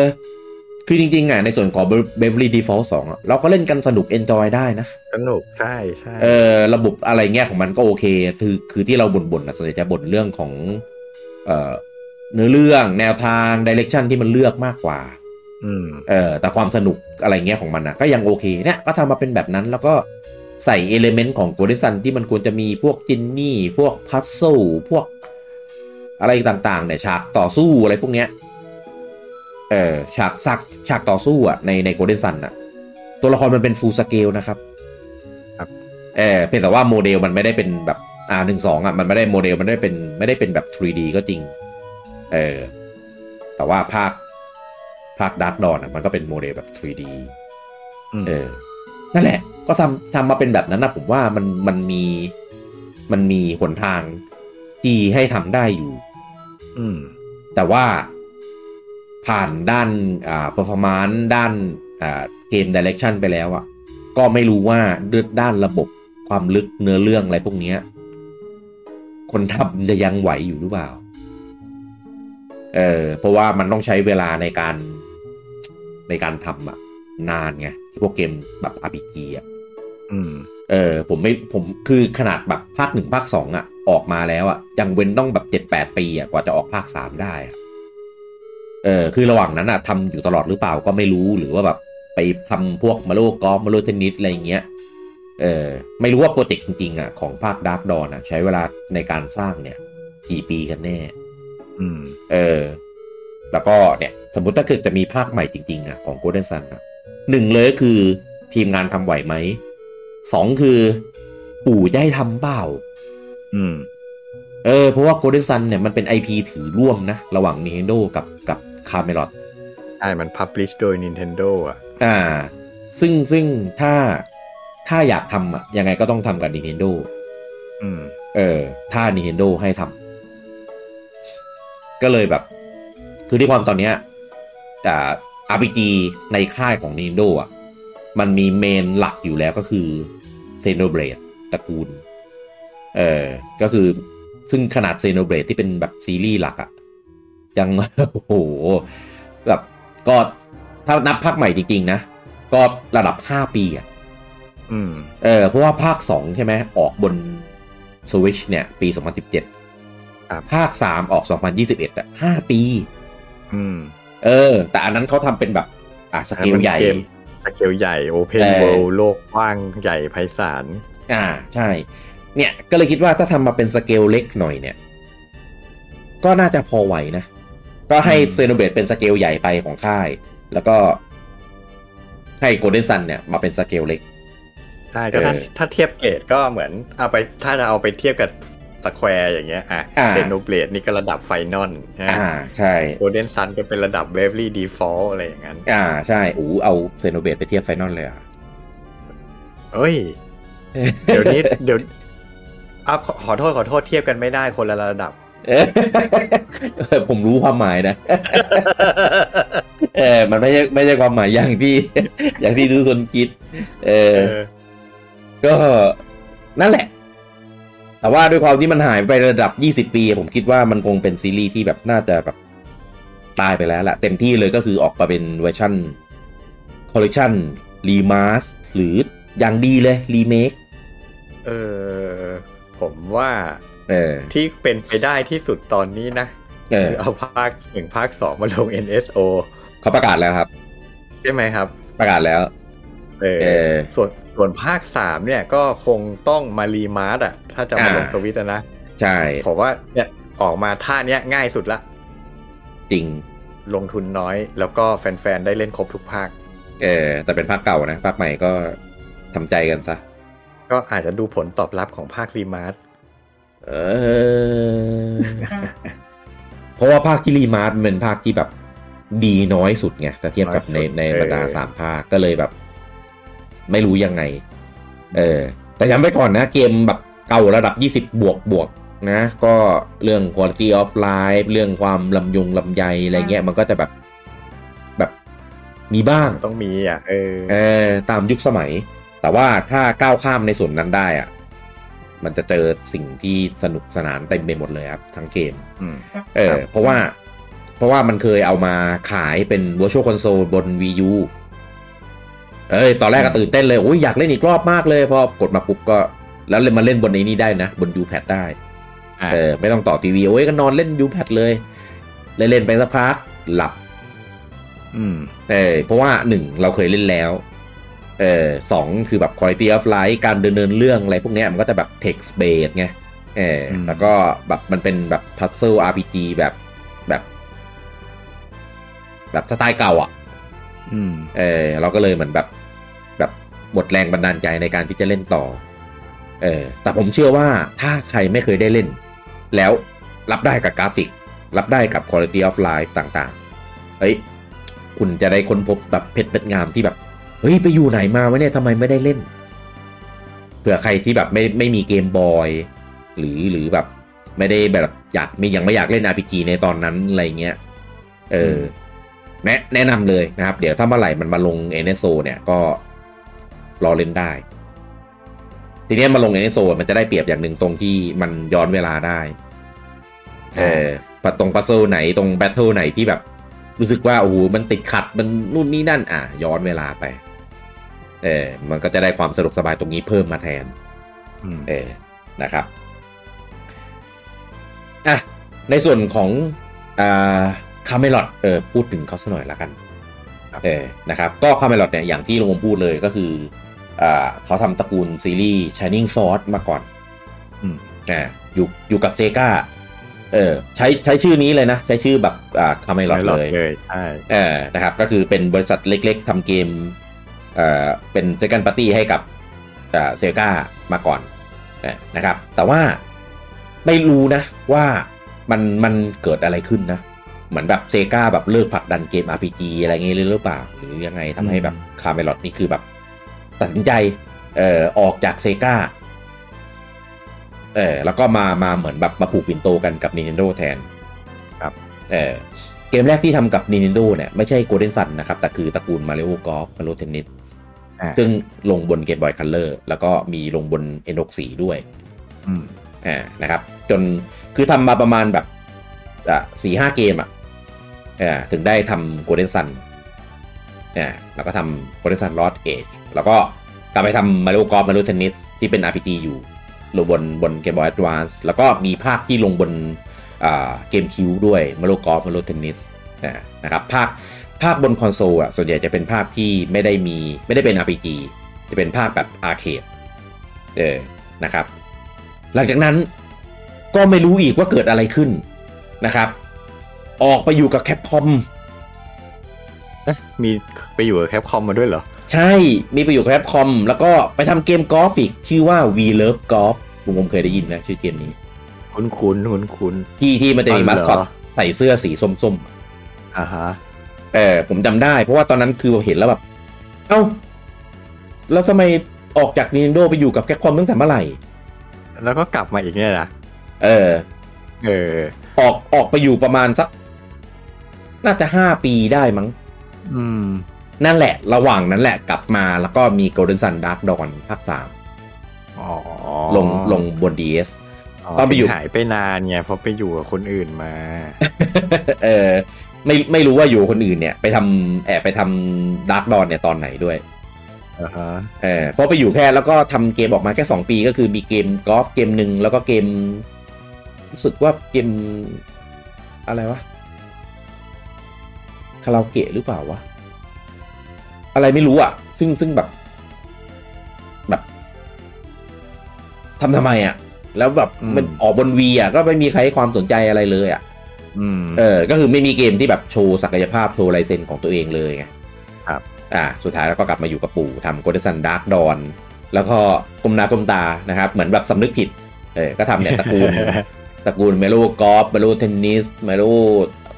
คือจริงๆอ่ะในส่วนของ Beverly Default 2อ่ะเราก็เล่นกันสนุก enjoy ได้นะ
สนุก ใช่ใช่
เออระบบอะไรเงี้ยของมันก็โอเค คือคือที่เราบ่นๆนะส่วนใหญ่จะบ่นเรื่องของเออเนื้อเรื่องแนวทางดิเรกชันที่มันเลือกมากกว่า
อืม
เออแต่ความสนุกอะไรเงี้ยของมันนะก็ยังโอเคเนี่ยก็ทำมาเป็นแบบนั้นแล้วก็ใส่เอลเมนต์ของโกลเด้นซันที่มันควรจะมีพวกจินนี่ พวกพัซโซพวกอะไรต่างๆเนี่ยฉากต่อสู้อะไรพวกเนี้ยเออฉากฉากฉากต่อสู้อ่ะในในโกลเด้นซันอ่ะตัวละครมันเป็นฟูลสเกลนะครับ
ครับ
เออเพียงแต่ว่าโมเดลมันไม่ได้เป็นแบบอ่าหนึ่งสองอ่ะมันไม่ได้โมเดลมันไม่ได้เป็นไม่ได้เป็นแบบ 3D ก็จริง เออ แต่ว่าภาคภาคดาร์กดอนอ่ะมันก็เป็นโมเดลแบบ 3D
อืม
เออ นั่นแหละ ก็ทำทำมาเป็นแบบนั้นนะผมว่ามันมันมีมันมีหนทางที่ให้ทำได้อยู่
อืม
แต่ว่าผ่านด้านอ่า performance ด้านอ่าเกม direction ไปแล้วอะก็ไม่รู้ว่าดด้านระบบความลึกเนื้อเรื่องอะไรพวกเนี้ย คนทำจะยังไหวอยู่หรือเปล่า เออเพราะว่ามันต้องใช้เวลาในการในการทำอะนานไงพวกเกมแบบ RPG อะ
อืม
เออผมไม่ผมคือขนาดแบบภาคหนึ่งภาคสองอะออกมาแล้วอะยังเว้นต้องแบบเจ็ดแปดปีอะกว่าจะออกภาคสามได้อะเออคือระหว่างนั้นอะทำอยู่ตลอดหรือเปล่าก็ไม่รู้หรือว่าแบบไปทำพวกมาโลกอล์ฟมาโลเทนนิสอะไรอย่างเงี้ยเออไม่รู้ว่าโปรเจกต์จริงๆอะของภาคดาร์กดอนอะใช้เวลาในการสร้างเนี่ย กี่ปีกันแน่
อืม
เออ แล้วก็เนี่ย สมมติถ้าเกิดจะมีภาคใหม่จริง ๆอ่ะของ Golden Sun อ่ะหนึ่งเลยก็คือทีมงานทำไหวไหม สองคือปู่จะให้ทำเปล่า
อืม
เออ เพราะว่า Golden Sun เนี่ยมันเป็น IP ถือร่วมนะ ระหว่าง Nintendo กับกับ Camelot
ใช่ มันพับลิชโดย Nintendo อ่ะ
อ่า ซึ่งซึ่งถ้าถ้าอยากทำอ่ะยังไงก็ต้องทำกับ Nintendo
อืม
เออ ถ้า Nintendo ให้ทำก็เลยแบบ คือด้วยความตอนเนี้ยอ่า RPG ในค่ายของ Nintendo อ่ะ มันมีเมนหลักอยู่แล้วก็คือ Xenoblade ตระกูล เออ ก็คือซึ่งขนาด Xenoblade ที่เป็นแบบซีรีส์หลักอะยัง โอ้โห แบบก็ถ้านับภาคใหม่จริง ๆ นะ ก็ระดับ 5 ปีอะ
อืม
เออเพราะว่าภาค 2 ใช่ไหมออกบน Switch เนี่ย ปี 2017
ครับ
ภาค 3 ออก 2021อ่ะ5ปี
อืม
เออ แต่อันนั้นเขาทำเป็นแบบ อ่ะสเกลใหญ่
เกมสเกลใหญ่โอเพน
เออ
เวิลโลกกว้างใหญ่ไพศาล
อ่าใช่ เนี่ยก็เลยคิดว่าถ้าทำมาเป็นสเกลเล็กหน่อยเนี่ย ก็น่าจะพอไหวนะ ก็ให้
อืม
เซโนเบตเป็นสเกลใหญ่ไปของค่าย แล้วก็ ให้โกลเด้นซันเนี่ย มาเป็นสเกลเล็ก
ใช่ก็ถ้า
เออ
ถ้าเทียบเกรดก็เหมือนเอาไปถ้าจะเอาไปเทียบกับสแควร์อย่างเงี้ยอ่ะ
อ่า
เซโนเบลดนี่ก็ระดับไฟนอล
อ่าใช่
โกลเด้นซันก็เป็นระดับเวฟลี่ดีฟอลอะไรอย่างนั้น
อ่าใช่อูเอาเซโนเบตไปเทียบไฟนอลเลยเหรอ่ะ
เอ้ย เดี๋ยวนี้ เดี๋ยวอ้าวขอขอโทษขอโทษเทียบกันไม่ได้คนละระดับ
เออ ผมรู้ความหมายนะ เออ มันไม่ใช่ไม่ใช่ความหมายอย่างที่ อย่างที่ทุกคนคิด เออ
เออ
ก็นั่นแหละ แต่ว่าด้วยความที่มันหายไประดับ 20 ปี ผมคิดว่ามันคงเป็นซีรีส์ที่แบบน่าจะแบบตายไปแล้วแหละเต็มที่เลยก็คือออกมาเป็นเวอร์ชันคอลเล t ชันรีมาสหรืออย่างดีเลยรีเมค
เออ ผมว่า
เออ
ที่เป็นไปได้ที่สุดตอนนี้นะ
เออ
คือเอาภาคหนึ่งภาคสองมาลง NSO
เขาประกาศแล้วครับ
ใช่ไหมครับ
ประกาศแล้ว
เอ
เอ
อ
อ
ส่วนส่วนภาคสามเนี่ยก็คงต้องมารีมาร์ตอ่ะ ถ้าจะมาลง
อ่า
สวิตช์อะนะ
ใช่
ผมว่าเนี่ยออกมาท่าเนี้ยง่ายสุดละ
จริง
ลงทุนน้อย แล้วก็แฟนๆ ได้เล่นครบทุกภาค
เออแต่เป็นภาคเก่านะภาคใหม่ก็ทำใจกันซะ
ก็อาจจะดูผลตอบรับของภาครีมาร์ต
เออ เพราะว่าภาคที่รีมาร์ทมันเป็นภาคที่แบบดีน้อยสุดไงถ้าเทียบกับในในบรรดาสามภาคก็เลยแบบ ไม่รู้ยังไง เออ แต่ย้ำไว้ก่อนนะ เกมแบบเก่าระดับ 20 บวกบวกนะ ก็เรื่อง quality of life เรื่องความลำยงลำใยอะไรเงี้ย มันก็จะแบบแบบมีบ้าง
ต้องมีอ่ะ เออ
เออตามยุคสมัย แต่ว่าถ้าก้าวข้ามในส่วนนั้นได้อะมันจะเจอสิ่งที่สนุกสนานเต็มไปหมดเลยครับ ทั้งเกม
อืม
เออ
ครับ
เพราะว่า เพราะว่ามันเคยเอามาขายเป็น Virtual Console บน Wii U เอ้ย ตอนแรกก็ตื่นเต้นเลยโอ้ยอยากเล่นอีกรอบมากเลยพอกดมาปุ๊บก็ แล้วเลยมาเล่นบนไอ้นี้ได้นะ บน U-Pad ได้
อ่ะ
เออ ไม่ต้องต่อทีวีโอ้ยก็นอนเล่น U-Pad เลยเลยเล่นไปสักพักหลับ
อืม
เออเพราะว่าหนึ่งเราเคยเล่นแล้วเออสองคือแบบ quality of life การดำเนินเรื่องอะไรพวกเนี้ยมันก็จะแบบ text based ไงเอออ
ม
แล้วก็แบบมันเป็นแบบ puzzle RPG แบบแบบ แบบสไตล์เก่าอ่ะ
อืม
เออเราก็เลยเหมือนแบบแบบหมดแรงบันดาลใจในการที่จะเล่นต่อเออแต่ผมเชื่อว่าถ้าใครไม่เคยได้เล่น แล้วรับได้กับกราฟิก รับได้กับ quality of life ต่างๆ เอ้ย คุณจะได้ค้นพบแบบเพชรเม็ดงามที่แบบ เฮ้ย ไปอยู่ไหนมาวะเนี่ยทำไมไม่ได้เล่น เผื่อใครที่แบบไม่ไม่มีเกมบอย หรือหรือแบบ ไม่ได้แบบอยากไม่ยังไม่อยากเล่น RPG ในตอนนั้นอะไรเงี้ย เออ แนะแนะนำเลยนะครับ เดี๋ยวถ้าเมื่อไหร่มันมาลง NSO เนี่ยก็รอเล่นได้ ทีเนี้ยมาลง NSO มันจะได้เปรียบอย่างหนึ่งตรงที่มันย้อนเวลาได้ เออปัดตรงปัซโซไหนตรงแบทเทิลไหนที่แบบ รู้สึกว่าโอ้โหมันติดขัดมันนู่นนี่นั่น อ่ะ ย้อนเวลาไป เออมันก็จะได้ความสะดวกสบายตรงนี้เพิ่มมาแทน
อืม
เออ นะครับ อ่ะ ในส่วนของ อ่า คาเมลอดเออ พูดถึงเขาสักหน่อยละกัน เออ นะครับ ก็คาเมลอดเนี่ย อย่างที่ลุงผมพูดเลยก็คือ อ่า เขาทำตระกูลซีรีส์ Shining Force มาก่อน
อืม
อ่า อยู่ อยู่กับเซกาเออ ใช้ ใช้ชื่อนี้เลยนะ ใช้ชื่อแบบ อ่า คาเมลอด
ไม่หลอด
เลย
เลยใช่
เออนะครับ ก็คือเป็นบริษัทเล็กๆทำเกม เอ่อ เป็น second party ให้กับเซกามาก่อนเออนะครับ แต่ว่าไม่รู้นะว่ามันมันเกิดอะไรขึ้นนะ เหมือนแบบเซกาแบบเลิกผลักดันเกม RPG อะไรเงี้ยหรือเปล่า หรือยังไงทำให้แบบคาเมลอดนี่คือแบบ ตัดสินใจเอ่อออกจากเซกาเออแล้วก็มามาเหมือนแบบมาผูกปินโตกันกับ Nintendo แทน เออเกมแรกที่ทำกับ Nintendo เนี่ยไม่ใช่ Golden Sun นะครับ แต่คือตระกูล Mario Golf Mario Tennis
อ่ะ
ซึ่งลงบน Game Boy Color แล้วก็มีลงบน N64 ด้วย
อืม
อ่านะครับ จนคือทำมาประมาณแบบอ่ะสี่ห้าเกมอ่ะอ่าถึงได้ทำ Golden Sun อ่าแล้วก็ทำ Golden Sun Lost Age แล้วก็กลับไปทำ Mario Golf Mario Tennis ที่เป็น RPG อยู่ลงบนบน Game Boy Advance แล้วก็มีภาคที่ลงบน เกมคิวด้วยมาโลกอล์ฟมาโลเทนนิสนะครับภาคภาคบนคอนโซลอ่ะส่วนใหญ่จะเป็นภาคที่ไม่ได้มีไม่ได้เป็น RPG จะเป็นภาคแบบอาร์เคดเออนะครับ หลังจากนั้นก็ไม่รู้อีกว่าเกิดอะไรขึ้นนะครับ ออกไปอยู่กับแคปคอม
เอ๊ะมีไปอยู่กับแคปคอมมาด้วยเหรอ
ใช่มีไปอยู่กับแคปคอมแล้วก็ไปทำเกมกอล์ฟอีกชื่อว่า We Love Golf ลุงผมเคยได้ยินนะชื่อเกมนี้
คุ้นคุ้นคุ้นคุ้น
ที่ที่มันจะมีมาสคอตใส่เสื้อสีส้มๆ
ๆอ่าฮะ
เออผมจำได้เพราะว่าตอนนั้นคือผมเห็นแล้วแบบ เอ้า แล้วทำไมออกจาก Nintendo ไปอยู่กับแค p คอมตั้งแต่เมื่อไหร่
แล้วก็กลับมาอีกเนี่ยนะ
เออ
เออ
ออกออกไปอยู่ประมาณสัก น่าจะห้าปีได้มั้ง
อืม
นั่นแหละ ระหว่างนั้นแหละกลับมาแล้วก็มี Golden Sun Dark Dawn ภาคสาม
อ๋อ
ลงลงบน DS ต
ต
อ
อน น
ไป
ไป
อ
อยู่ ยู่หายไปนานไงเพราะไปอยู่กับคนอื่น มา
เออไม่ไม่รู้ว่าอยู่คนอื่นเนี่ย ไปทำแอบไปทำ Dark Dawn เนี่ยตอนไหนด้วย
อ่าฮะ
เออเพราะไปอยู่แค่แล้วก็ทำเกมออกมาแค่ 2 ปีก็คือมีเกมกอล์ฟเกมหนึ่งแล้วก็เกม รู้สึกว่าเกมอะไรวะคาราโอเกะหรือเปล่าวะ อะไรไม่รู้อ่ะ ซึ่งซึ่งแบบ แบบทำทำไมอ่ะ แล้วแบบมันออกบนวีอ่ะ ก็ไม่มีใครให้ความสนใจอะไรเลยอ่ะ
อืม
เออ ก็คือไม่มีเกมที่แบบโชว์ศักยภาพโชว์ลายเซ็นของตัวเองเลยไง
ครับ
อ่า สุดท้ายแล้วก็กลับมาอยู่กับปู่ทำโกดซันดาร์กดอน แล้วก็กลมหนากลมตา นะครับ เหมือนแบบสำนึกผิด เออ ก็ทำเนี่ยตระ กูล ตระกูลเมโลกอล์ฟเมโลเทนนิสเมโล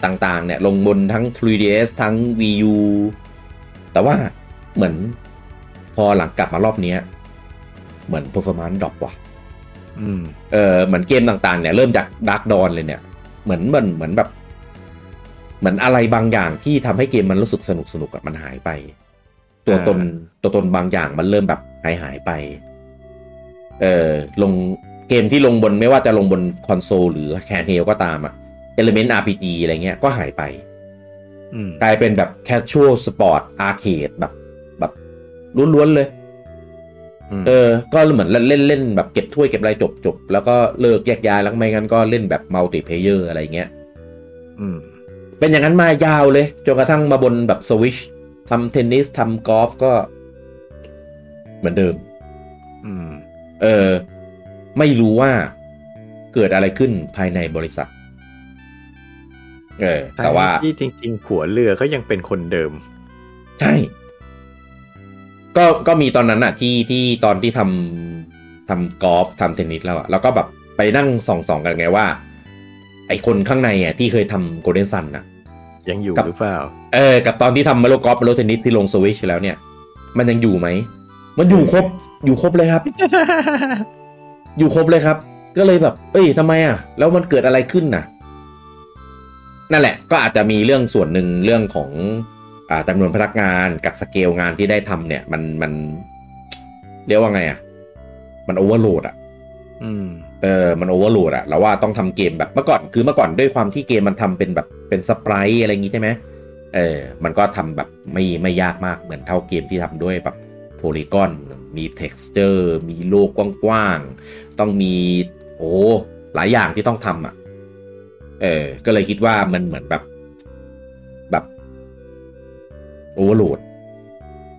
ต่างๆ เนี่ย ลงบนทั้ง 3DS ทั้ง Wii U แต่ว่าเหมือนพอหลังกลับมารอบเนี้ยเหมือน performance drop ว่ะ
อืม
เออเหมือนเกมต่างๆเนี่ยเริ่มจากด a r k กดอนเลยเนี่ย เหมือนมันเหมือนแบบ เหมือนอะไรบางอย่างที่ทำให้เกมมันรู้สึกสนุกสนุกอะมันหายไป ตัวตน
อ่
ตัวตนบางอย่างมันเริ่มแบบหายหายไป เออลงเกมที่ลงบนไม่ว่าจะลงบนคอนโซลหรือแคนเฮลก็ตามอะเอลเมนต์ RPG อะไรเงี้ยก็หายไป
อืม
กลายเป็นแบบแคชชวลสปอร์ตอาร์เคดแบบแบบล้วนๆเลย
ม
เออ ก็เหมือนเล่นเล่นแบบเก็บถ้วยเก็บอะไรจบจบแล้วก็เลิกแยกย้ายแล้วไม่งั้นก็เล่นแบบมัลติเพเยอร์อะไรเงี้ย
ม
เป็นอย่างนั้นมายาวเลย จนกระทั่งมาบนแบบสวิชทำเทนนิสทำกอล์ฟก็ เหมือนเดิม
อืม
เออ ไม่รู้ว่าเกิดอะไรขึ้นภายในบริษัท เออ แต่ว่า
ที่จริงๆหัวเรือก็ยังเป็นคนเดิม
ใช่ ก็ ก็มีตอนนั้นอะที่ ที่ตอนที่ทำทำกอล์ฟทำเทนนิสแล้วอะแล้วก็แบบไปนั่งส่องส่องๆกันไงว่า ไอคนข้างในอะที่เคยทำโกลเด้นซันอะ
ยังอยู่
ครับ
หรือเปล่า
เออ กับตอนที่ทำมาโลกอล์ฟมาโลเทนนิสที่ลงสวิชแล้วเนี่ย มันยังอยู่ไหม มันอยู่ครบอยู่ครบเลยครับ อยู่ครบเลยครับ ก็เลยแบบ เอ้ยทำไมอ่ะ แล้วมันเกิดอะไรขึ้นน่ะ นั่นแหละ ก็อาจจะมีเรื่องส่วนหนึ่งเรื่องของอ่าจำนวนพนักงานกับสเกลงานที่ได้ทำเนี่ย มันมัน เรียกว่าไงอ่ะ มันโอเวอร์โหลดอ่ะ
อืม
เออ มันโอเวอร์โหลดอะเราว่าต้องทำเกมแบบเมื่อก่อน คือเมื่อก่อนด้วยความที่เกมมันทำเป็นแบบเป็นสปรายอะไรอย่างงี้ใช่ไหมเออ มันก็ทำแบบไม่ไม่ยากมากเหมือนเท่าเกมที่ทำด้วยแบบโพลีกอน มีเท็กซ์เจอร์ มีโลกกว้างๆ ต้องมี โอ้ หลายอย่างที่ต้องทำอะเออ ก็เลยคิดว่ามันเหมือนแบบแบบโอเวอร์โหลด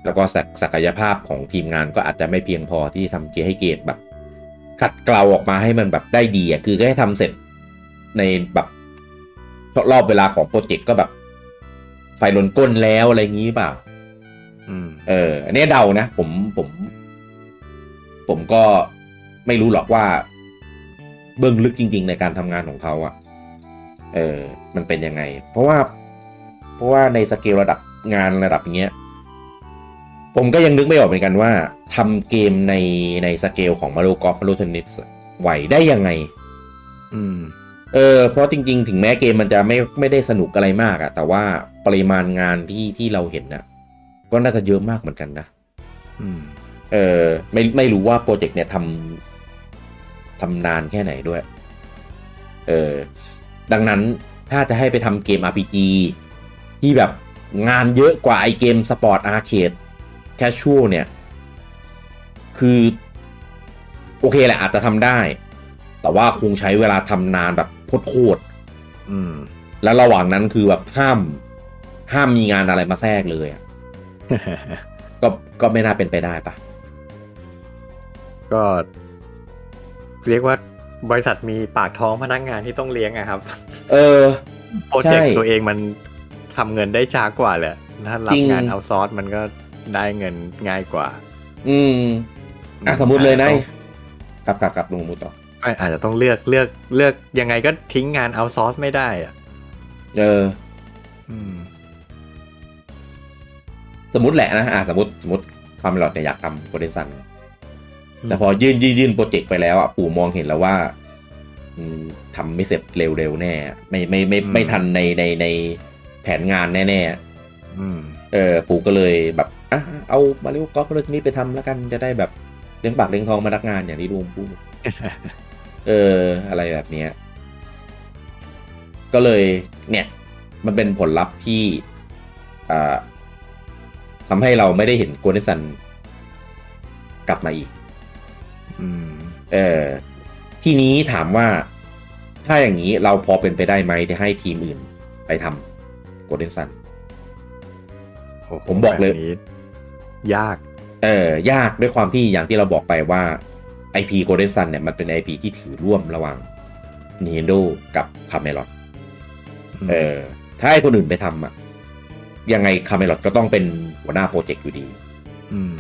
แล้วก็ศักศักยภาพของทีมงานก็อาจจะไม่เพียงพอที่ทำเกมให้เกมแบบขัดเกลาออกมาให้มันแบบได้ดีอ่ะคือก็ให้ทำเสร็จในแบบรอบเวลาของโปรเจกต์ก็แบบ ไฟลนก้นแล้วอะไรอย่างนี้เปล่า
อืม
เออ อันนี้เดานะ ผมผม ผมก็ไม่รู้หรอกว่า เบื้องลึกจริง ๆ ในการทำงานของเขาอะเออ มันเป็นยังไง เพราะว่า เพราะว่าในสเกลระดับงานระดับเนี้ย ผมก็ยังนึกไม่ออกเหมือนกันว่าทำเกมในในสเกลของมารูกอฟมารูเทนนิสไหวได้ยังไง
อืม
เออเพราะจริงๆ ถึงแม้เกมมันจะไม่ไม่ได้สนุกอะไรมากอะแต่ว่าปริมาณงานที่ที่เราเห็นน่ะ ก็น่าจะเยอะมากเหมือนกันนะ
อืม
เออไม่ไม่รู้ว่าโปรเจกต์เนี่ยทำทำนานแค่ไหนด้วย เออดังนั้นถ้าจะให้ไปทำเกม RPG ที่แบบงานเยอะกว่าไอเกมสปอร์ตอาร์เคดแคชชวลเนี่ย คือ โอเคแหละอาจจะทำได้ แต่ว่าคงใช้เวลาทำนานแบบโคตร
อืม
ๆแล้วระหว่างนั้นคือแบบห้าม ห้ามมีงานอะไรมาแทรกเลยอะก็ก็ไม่น่าเป็นไปได้ปะ
ก็ เรียกว่าบริษัทมีปากท้องพนักงานที่ต้องเลี้ยงอะครับ
เออ
โปรเจกต์
ใช่
ตัวเองมันทำเงินได้ช้ากว่าแหละ ถ้ารับ
จริง
งานเอาซอร์สมันก็ได้เงินง่ายกว่า
อืม อ่ะสมมุติเลยนะ
อาจจ
กับกับกับลงมูต่อ
ต้องอาจจะต้องเลือกเลือกเลือกยังไงก็ทิ้งงานเอาซอร์สไม่ได้อ่ะ
เออ
อืม
สมมติแหละนะอ่ะสมมติสมมติคาร์เมลอดเนี่ยอยากทำโปรเดซัน
อืม
แต่พอยื่นยื่นยื่นโปรเจกต์ไปแล้วอ่ะปู่มองเห็นแล้วว่า อืมทำไม่เสร็จเร็วๆแน่ ไม่ไม่ไม่ไม่ทันในในในแผนงานแน่
อืม
ๆเออปู่ก็เลยแบบอ่ะเอามาริโอกอล์ฟเรื่องนี้ไปทำแล้วกันจะได้แบบเลี้ยงปากเลี้ยงทองมานักงานอย่างที่ลุงพูด เออ อะไรแบบเนี้ย ก็เลยเนี่ย มันเป็นผลลัพธ์ที่อ่าทำให้เราไม่ได้เห็นโกเดนซันกลับมาอีก
อืม
เออทีนี้ถามว่าถ้าอย่างนี้เราพอเป็นไปได้ไหมที่ให้ทีมอื่นไปทำโกเดนซัน
โอ้โห
ผมบอกเลย
แนี้ยาก
เออยากด้วยความที่อย่างที่เราบอกไปว่า IP Golden Sun เนี่ยมันเป็น IP ที่ถือร่วมระหว่าง Nintendo กับ Camelot
อืม
เออถ้าให้คนอื่นไปทำอะยังไง Camelot ก็ต้องเป็นหัวหน้าโปรเจกต์อยู่ดี
อืม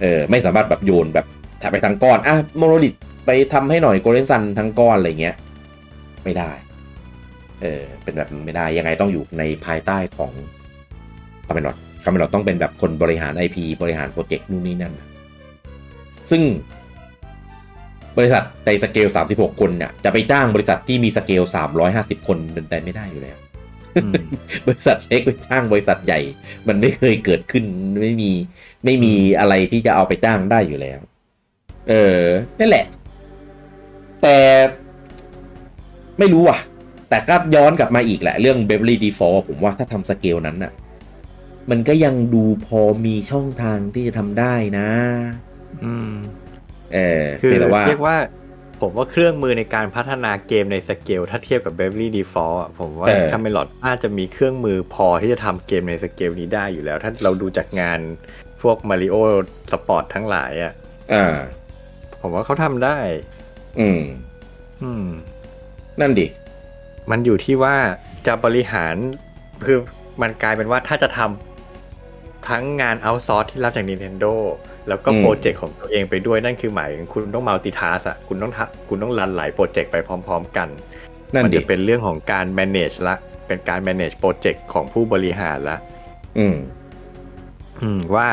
เออไม่สามารถแบบโยนแบบถ้าไปทางก้อน อ่ะโมโนลิทไปทำให้หน่อยโกลเด้นซันทางก้อน อะไรเงี้ย ไม่ได้ เออเป็นแบบนั้นไม่ได้ ยังไงต้องอยู่ในภายใต้ของคาเมลอดคาเมลอดต้องเป็นแบบคนบริหาร IP บริหารโปรเจกต์นู่นนี่นั่น ซึ่ง บริษัทในสเกล 36 คนเนี่ย จะไปจ้างบริษัทที่มีสเกล 350 คนเป็นไปไม่ได้อยู่แล้ว
อืม
บริษัทเล็กไปจ้างบริษัทใหญ่ มันไม่เคยเกิดขึ้นไม่มีไม่มีอะไรที่จะเอาไปจ้างได้อยู่แล้ว เออนั่นแหละ แต่ไม่รู้อ่ะ แต่ก็ย้อนกลับมาอีกแหละ เรื่อง b e v e r l y Default ผมว่าถ้าทำสเกลนั้นน่ะ มันก็ยังดูพอมีช่องทางที่จะทำได้นะ
อื ม
เออ
คือ
เพียงแต่ว่า
เรียกว่า ผมว่าเครื่องมือในการพัฒนาเกมในสเกล ถ้าเทียบกับ b e v e r l y Default อ่ะผมว่า
เออ
คาเมลอดน่าจะมีเครื่องมือพอที่จะทำเกมในสเกลนี้ได้อยู่แล้ว ถ้าเราดูจากงานพวก Mario Sport ทั้งหลายอ่ะ
อ่า
ผมว่าเขาทำได้
อืม
อืม
นั่นดิ
มันอยู่ที่ว่าจะบริหารคือมันกลายเป็นว่าถ้าจะทำทั้งงานเอาซอร์สที่รับจาก Nintendo แล้วก็
อืม
โปรเจกต์ของตัวเองไปด้วยนั่นคือหมายถึงคุณต้องมัลติทัสอะคุณต้องทำคุณต้องรันหลายโปรเจกต์ไปพร้อม ๆ กัน
นั่น
มั
ดิ
จะเป็นเรื่องของการ manage ละ เป็นการ manage โปรเจกต์ของผู้บริหารละ
อืม
อืมว่า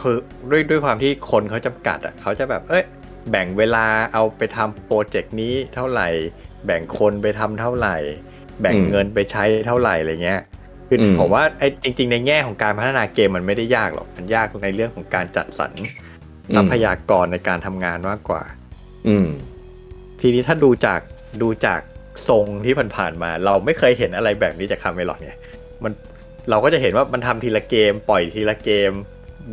คือด้วยด้วยความที่คนเขาจำกัดอ่ะเขาจะแบบเอ้ยแบ่งเวลาเอาไปทำโปรเจกต์นี้เท่าไหร่ แบ่งคนไปทำเท่าไหร่ แบ่ง
อืม
เงินไปใช้เท่าไหร่อะไรเงี้ยคืออ
ม
ผมว่าไอ้จริง ๆ ในแง่ของการพัฒนาเกมมันไม่ได้ยากหรอกมันยากในเรื่องของการจัดสรรทรัพยากรในการทำงานมากกว่า
อืม
ทีนี้ถ้าดูจากดูจากทรงที่ผ่านๆมา เราไม่เคยเห็นอะไรแบบนี้จากคาเมลอนไงมันเราก็จะเห็นว่ามันทำทีละเกม ปล่อยทีละเกม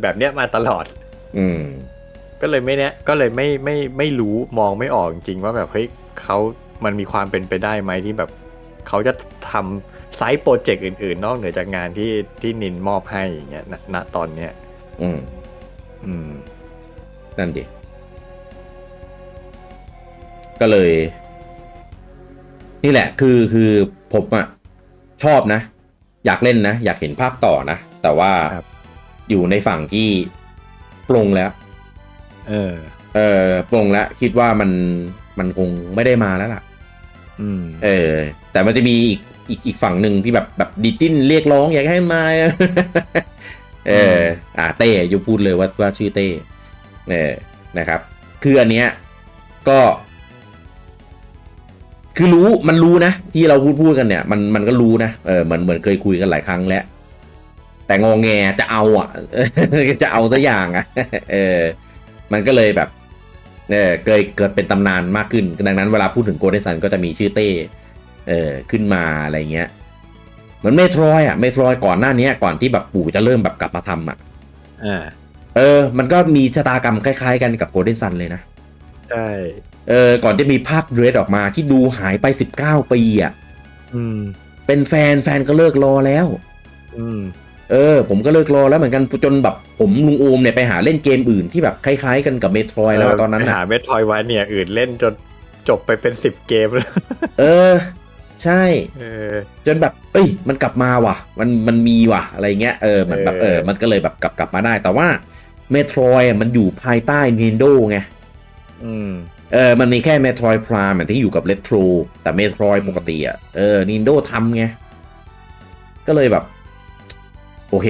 แบบเนี้ยมาตลอด
อืม
ก็เลยไม่เนี้ยก็เลยไม่ไม่ไม่รู้มองไม่ออกจริงๆว่าแบบเฮ้ยเขามันมีความเป็นไปได้ไหมที่แบบเขาจะทำไซต์โปรเจกต์อื่นๆ นอกเหนือจากงานที่ที่นินมอบให้อย่างเงี้ยณณตอนเนี้ย
อืม
อืม
นั่นดิ ก็เลย นี่แหละ คือคือผมอะชอบนะ อยากเล่นนะ อยากเห็นภาคต่อนะ แต่ว่า
ครับ
อยู่ในฝั่งที่ปรงแล้ว
เออ
เออปรงแล้ว คิดว่ามันมันคงไม่ได้มาแล้วล่ะ
อืม
เออ แต่มันจะมีอีกอีกอีกฝั่งหนึ่งที่แบบแบบดิจินเรียกร้องอยากให้มา เออ อ่าเต้อยู่พูดเลยว่าว่าชื่อเต้เออนะครับ คืออันเนี้ยก็ คือรู้มันรู้นะ ที่เราพูดพูดกันเนี่ย มันมันก็รู้นะเออเหมือนเหมือนเคยคุยกันหลายครั้งแล้ว แต่งองแงจะเอาอ่ะ จะเอาตัวอย่างอ่ะ เออ มันก็เลยแบบเออเกิดเกิดเป็นตำนานมากขึ้น ดังนั้นเวลาพูดถึงโกลเด้นซันก็จะมีชื่อเต้เออขึ้นมาอะไรเงี้ยเหมือนเมโทรยอ่ะเมโทรยก่อนหน้าเนี้ยก่อนที่แบบปู่จะเริ่มแบบกลับมาทำอ่ะ
อ่า
เออ มันก็มีชะตากรรมคล้ายๆกันกับโกลเด้นซันเลยนะ
ใช่
เออ ก่อนจะมีภาคเดรสออกมาที่ดูหายไป 19 ปีอ่ะ
อืม
เป็นแฟนแฟนก็เลิกรอแล้ว
อืม
เออ ผมก็เลิกรอแล้วเหมือนกันจนแบบผมลุงโอมเนี่ยไปหาเล่นเกมอื่นที่แบบคล้ายๆกันกับเมโทรยแล้วอะตอนนั้น
ไป
อ่ะ
หาเมทอยไว้เนี่ยอื่นเล่นจนจบไปเป็นสิบเกมแล้ว
เออ ใช่
เออ
จนแบบ เอ้ย มันกลับมาว่ะ มัน มันมีว่ะ อะไรเงี้ย เออ มันแบบ เอ
เออ
อ มันก็เลยแบบกลับกลับมาได้ แต่ว่าเมโทรยมันอยู่ภายใต้ Nintendo ไง
อืม
เออ มันมีแค่ Metroid Prime อะที่อยู่กับ Retro แต่ Metroid ปกติอ่ะ เออ Nintendo ทำไง ก็เลยแบบ โอเค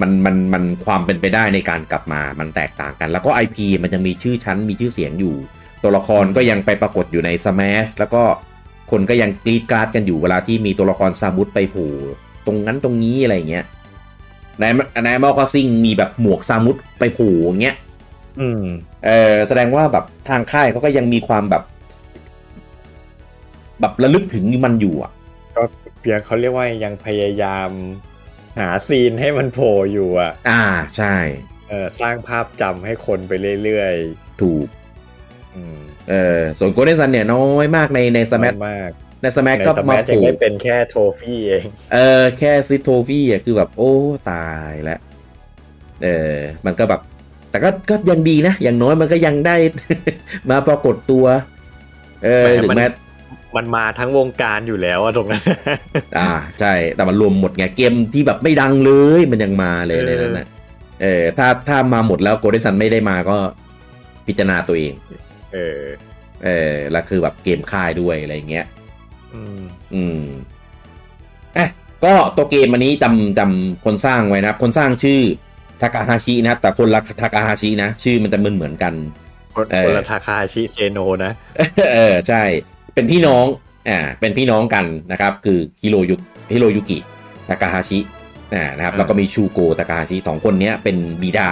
มัน มัน มันความเป็นไปได้ในการกลับมา มันแตกต่างกัน แล้วก็ IP มันยังมีชื่อชั้น มีชื่อเสียงอยู่ ตัวละครก็ยังไปปรากฏอยู่ใน Smash แล้วก็คนก็ยังกรีดกราร์ดกันอยู่เวลาที่มีตัวละครซาบุตไปโผล่ตรงนั้นตรงนี้อะไรอย่างเงี้ย ในในมอคซิงมีแบบหมวกซามุตไปโผล่อย่างเงี้ย
อืม
เออแสดงว่าแบบทางค่ายเขาก็ยังมีความแบบ แบบระลึกถึงมันอยู่อ่ะ
ก็เพียงเขาเรียกว่ายังพยายามหาซีนให้มันโผล่อยู่อ่ะ
อ่าใช่
เออสร้างภาพจำให้คนไปเรื่อย
ถูก
ๆอืม
เออส่วนโกลเด้นซันเนี่ยน้อยมากในในสแมัต
น้อยมาก
ในสแมัต
ใน
ก็
ส
มา
มัย
โผ
ยัง
ล่
ได้เป็นแค่โทฟี่เอง
เออแค่ซิโทฟี่อ่ะคือแบบ โอ้ตายแล้วเออมันก็แบบ แต่ก็ก็ยังดีนะ อย่างน้อยมันก็ยังได้ มาปรากฏตัว เออถึงแม้
มันมาทั้งวงการอยู่แล้วอะตรงนั้น
อ่าใช่ แต่มันรวมหมดไงเกมที่แบบไม่ดังเลย มันยังมาเลย
เออ
ในนั้นนะเออถ้าถ้ามาหมดแล้วโกลเด้นซันไม่ได้มาก็พิจารณาตัวเอง
เออ
เออแล้วคือแบบเกมค่ายด้วยอะไรอย่างเงี้ย
อืม
อืมอ่ะก็ตัวเกมอันนี้จำจำคนสร้างไว้นะครับ คนสร้างชื่อทากาฮาชินะครับ แต่คนละทากาฮาชินะ ชื่อมันจะเหมือนเหมือนๆกัน
คน
เออ
คนละทาคาชิเซโนนะ
เออใช่ เป็นพี่น้อง อ่า เป็นพี่น้องกันนะครับ คือฮิโรยุฮิโรยุกิ ทากาฮาชิ อ่า นะครับ
อ่า
แล้วก็มีชูโก ทากาฮาชิสองคนเนี้ยเป็นบิดา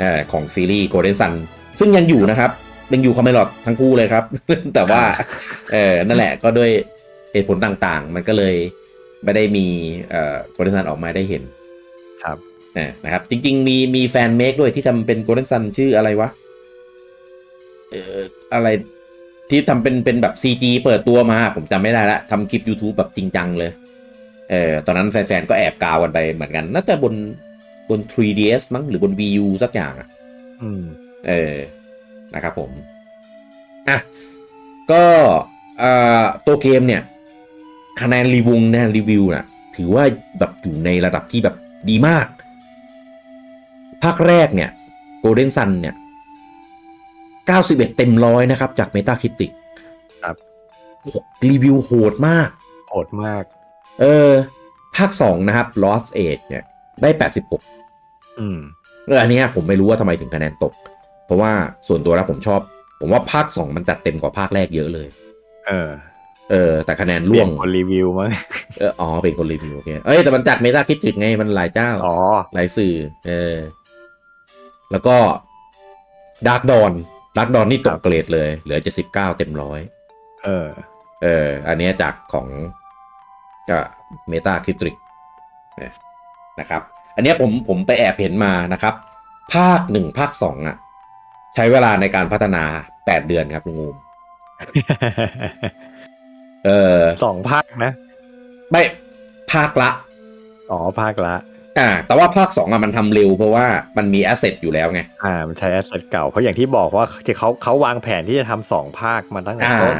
เอ่อของซีรีส์โกลเด้นซัน ซึ่งยังอยู่นะครับ ยังอยู่คอมเมลอดทั้งคู่เลยครับ แต่ว่า เออนั่นแหละ ก็ด้วยเหตุผลต่างๆ มันก็เลยไม่ได้มีเอ่อโกลเด้นซันออกมาได้เห็น
ครับ
อ่านะครับ จริง ๆ มีมีแฟนเมคด้วยที่ทำเป็นโกลเด้นซันชื่ออะไรวะ เอ่ออะไรที่ทำเป็นเป็นแบบ CG เปิดตัวมา ผมจำไม่ได้ละทำคลิป YouTube แบบจริงจังเลย เออตอนนั้นแฟนๆ ก็แอบกาวกันไปเหมือนกันน่าจะบนบน 3DS มั้งหรือบน Wii U สักอย่างอะ
อืม
เออ นะครับผม อ่ะ ก็เอ่อตัวเกมเนี่ย คะแนนรีวงนะรีวิวนะถือว่าแบบอยู่ในระดับที่แบบดีมาก ภาคแรกเนี่ย Golden Sun เนี่ย 91 เต็มร้อยนะครับ จาก Meta Critic รีวิวโหดมาก
โหดมาก
เออ ภาค 2 นะครับ Lost Age เนี่ย ได้ 86
อืม
เอออันเนี้ยผมไม่รู้ว่าทำไมถึงคะแนนตก เพราะว่าส่วนตัวแล้วผมชอบ ผมว่าภาค 2 มันจัดเต็มกว่าภาคแรกเยอะเลย
เออ
เออ แต่คะแนน
เป
ร่
ลี่
วย ง
นคนรีวิวมั้ง
เอออ๋อเป็นคนรีวิวโอเคเอ้ยแต่มันจัดเมตาคิดถึงไงมันหลายเจ้า
อ๋อ
หลายสื่อ เออ แล้วก็ ดาร์กดอน ดาร์กดอนนี่ตกเกรดเลย เหลือจะสิบเก้าเต็มร้อย
เออ
เออ อันเนี้ยจากของก็เมตาคิตริกนะครับ อันเนี้ยผมผมไปแอบเห็นมานะครับ ภาคหนึ่งภาคสองอ่ะ ใช้เวลาในการพัฒนาแปดเดือนครับลุงงูมเออ
สองภาคนะ
ไม่ ภาคละ
อ๋อภาคละ
อ่า แต่ว่าภาคสองอ่ะมันทำเร็วเพราะว่ามันมีแอสเซทอยู่แล้วไง
อ่ามันใช้แอสเซทเก่า เพราะอย่างที่บอกว่าที่เขาเขาวางแผนที่จะทำสองภาคมาตั้งแต่
อ่า
ต้น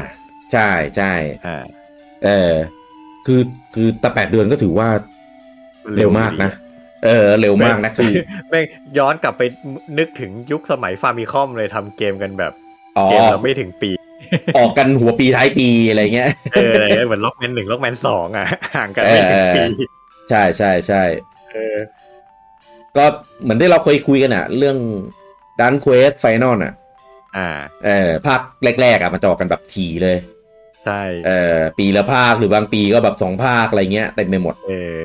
ใช่ใช่
อ่า
เออคือคือแต่แปดเดือนก็ถือว่าเร็วมากนะ เออ เร็วมากนะคือ
แม่งย้อนกลับไปนึกถึงยุคสมัยฟาร์มิคอมเลยทำเกมกันแบบ
อ๋อ
เกมเราไม่ถึงปี
ออกกันหัวปีท้ายปีอะไรเงี้ย
เอออะไรเงี้ยเหมือนล็อกแมนหนึ่งล็อกแมนสองอ่ะ ห่างกันไม่ถึงปี
ใช่ใช่ใช่
เออ
ก็เหมือนที่เราเคยคุยกันอะเรื่องดันเควสไฟนอลอะ
อ่า
เออภาคแรกๆอะมันจะออกกันแบบทีเลย
ใช่
เออปีละภาคหรือบางปีก็แบบสองภาคอะไรเงี้ยเต็มไปหมด
เออ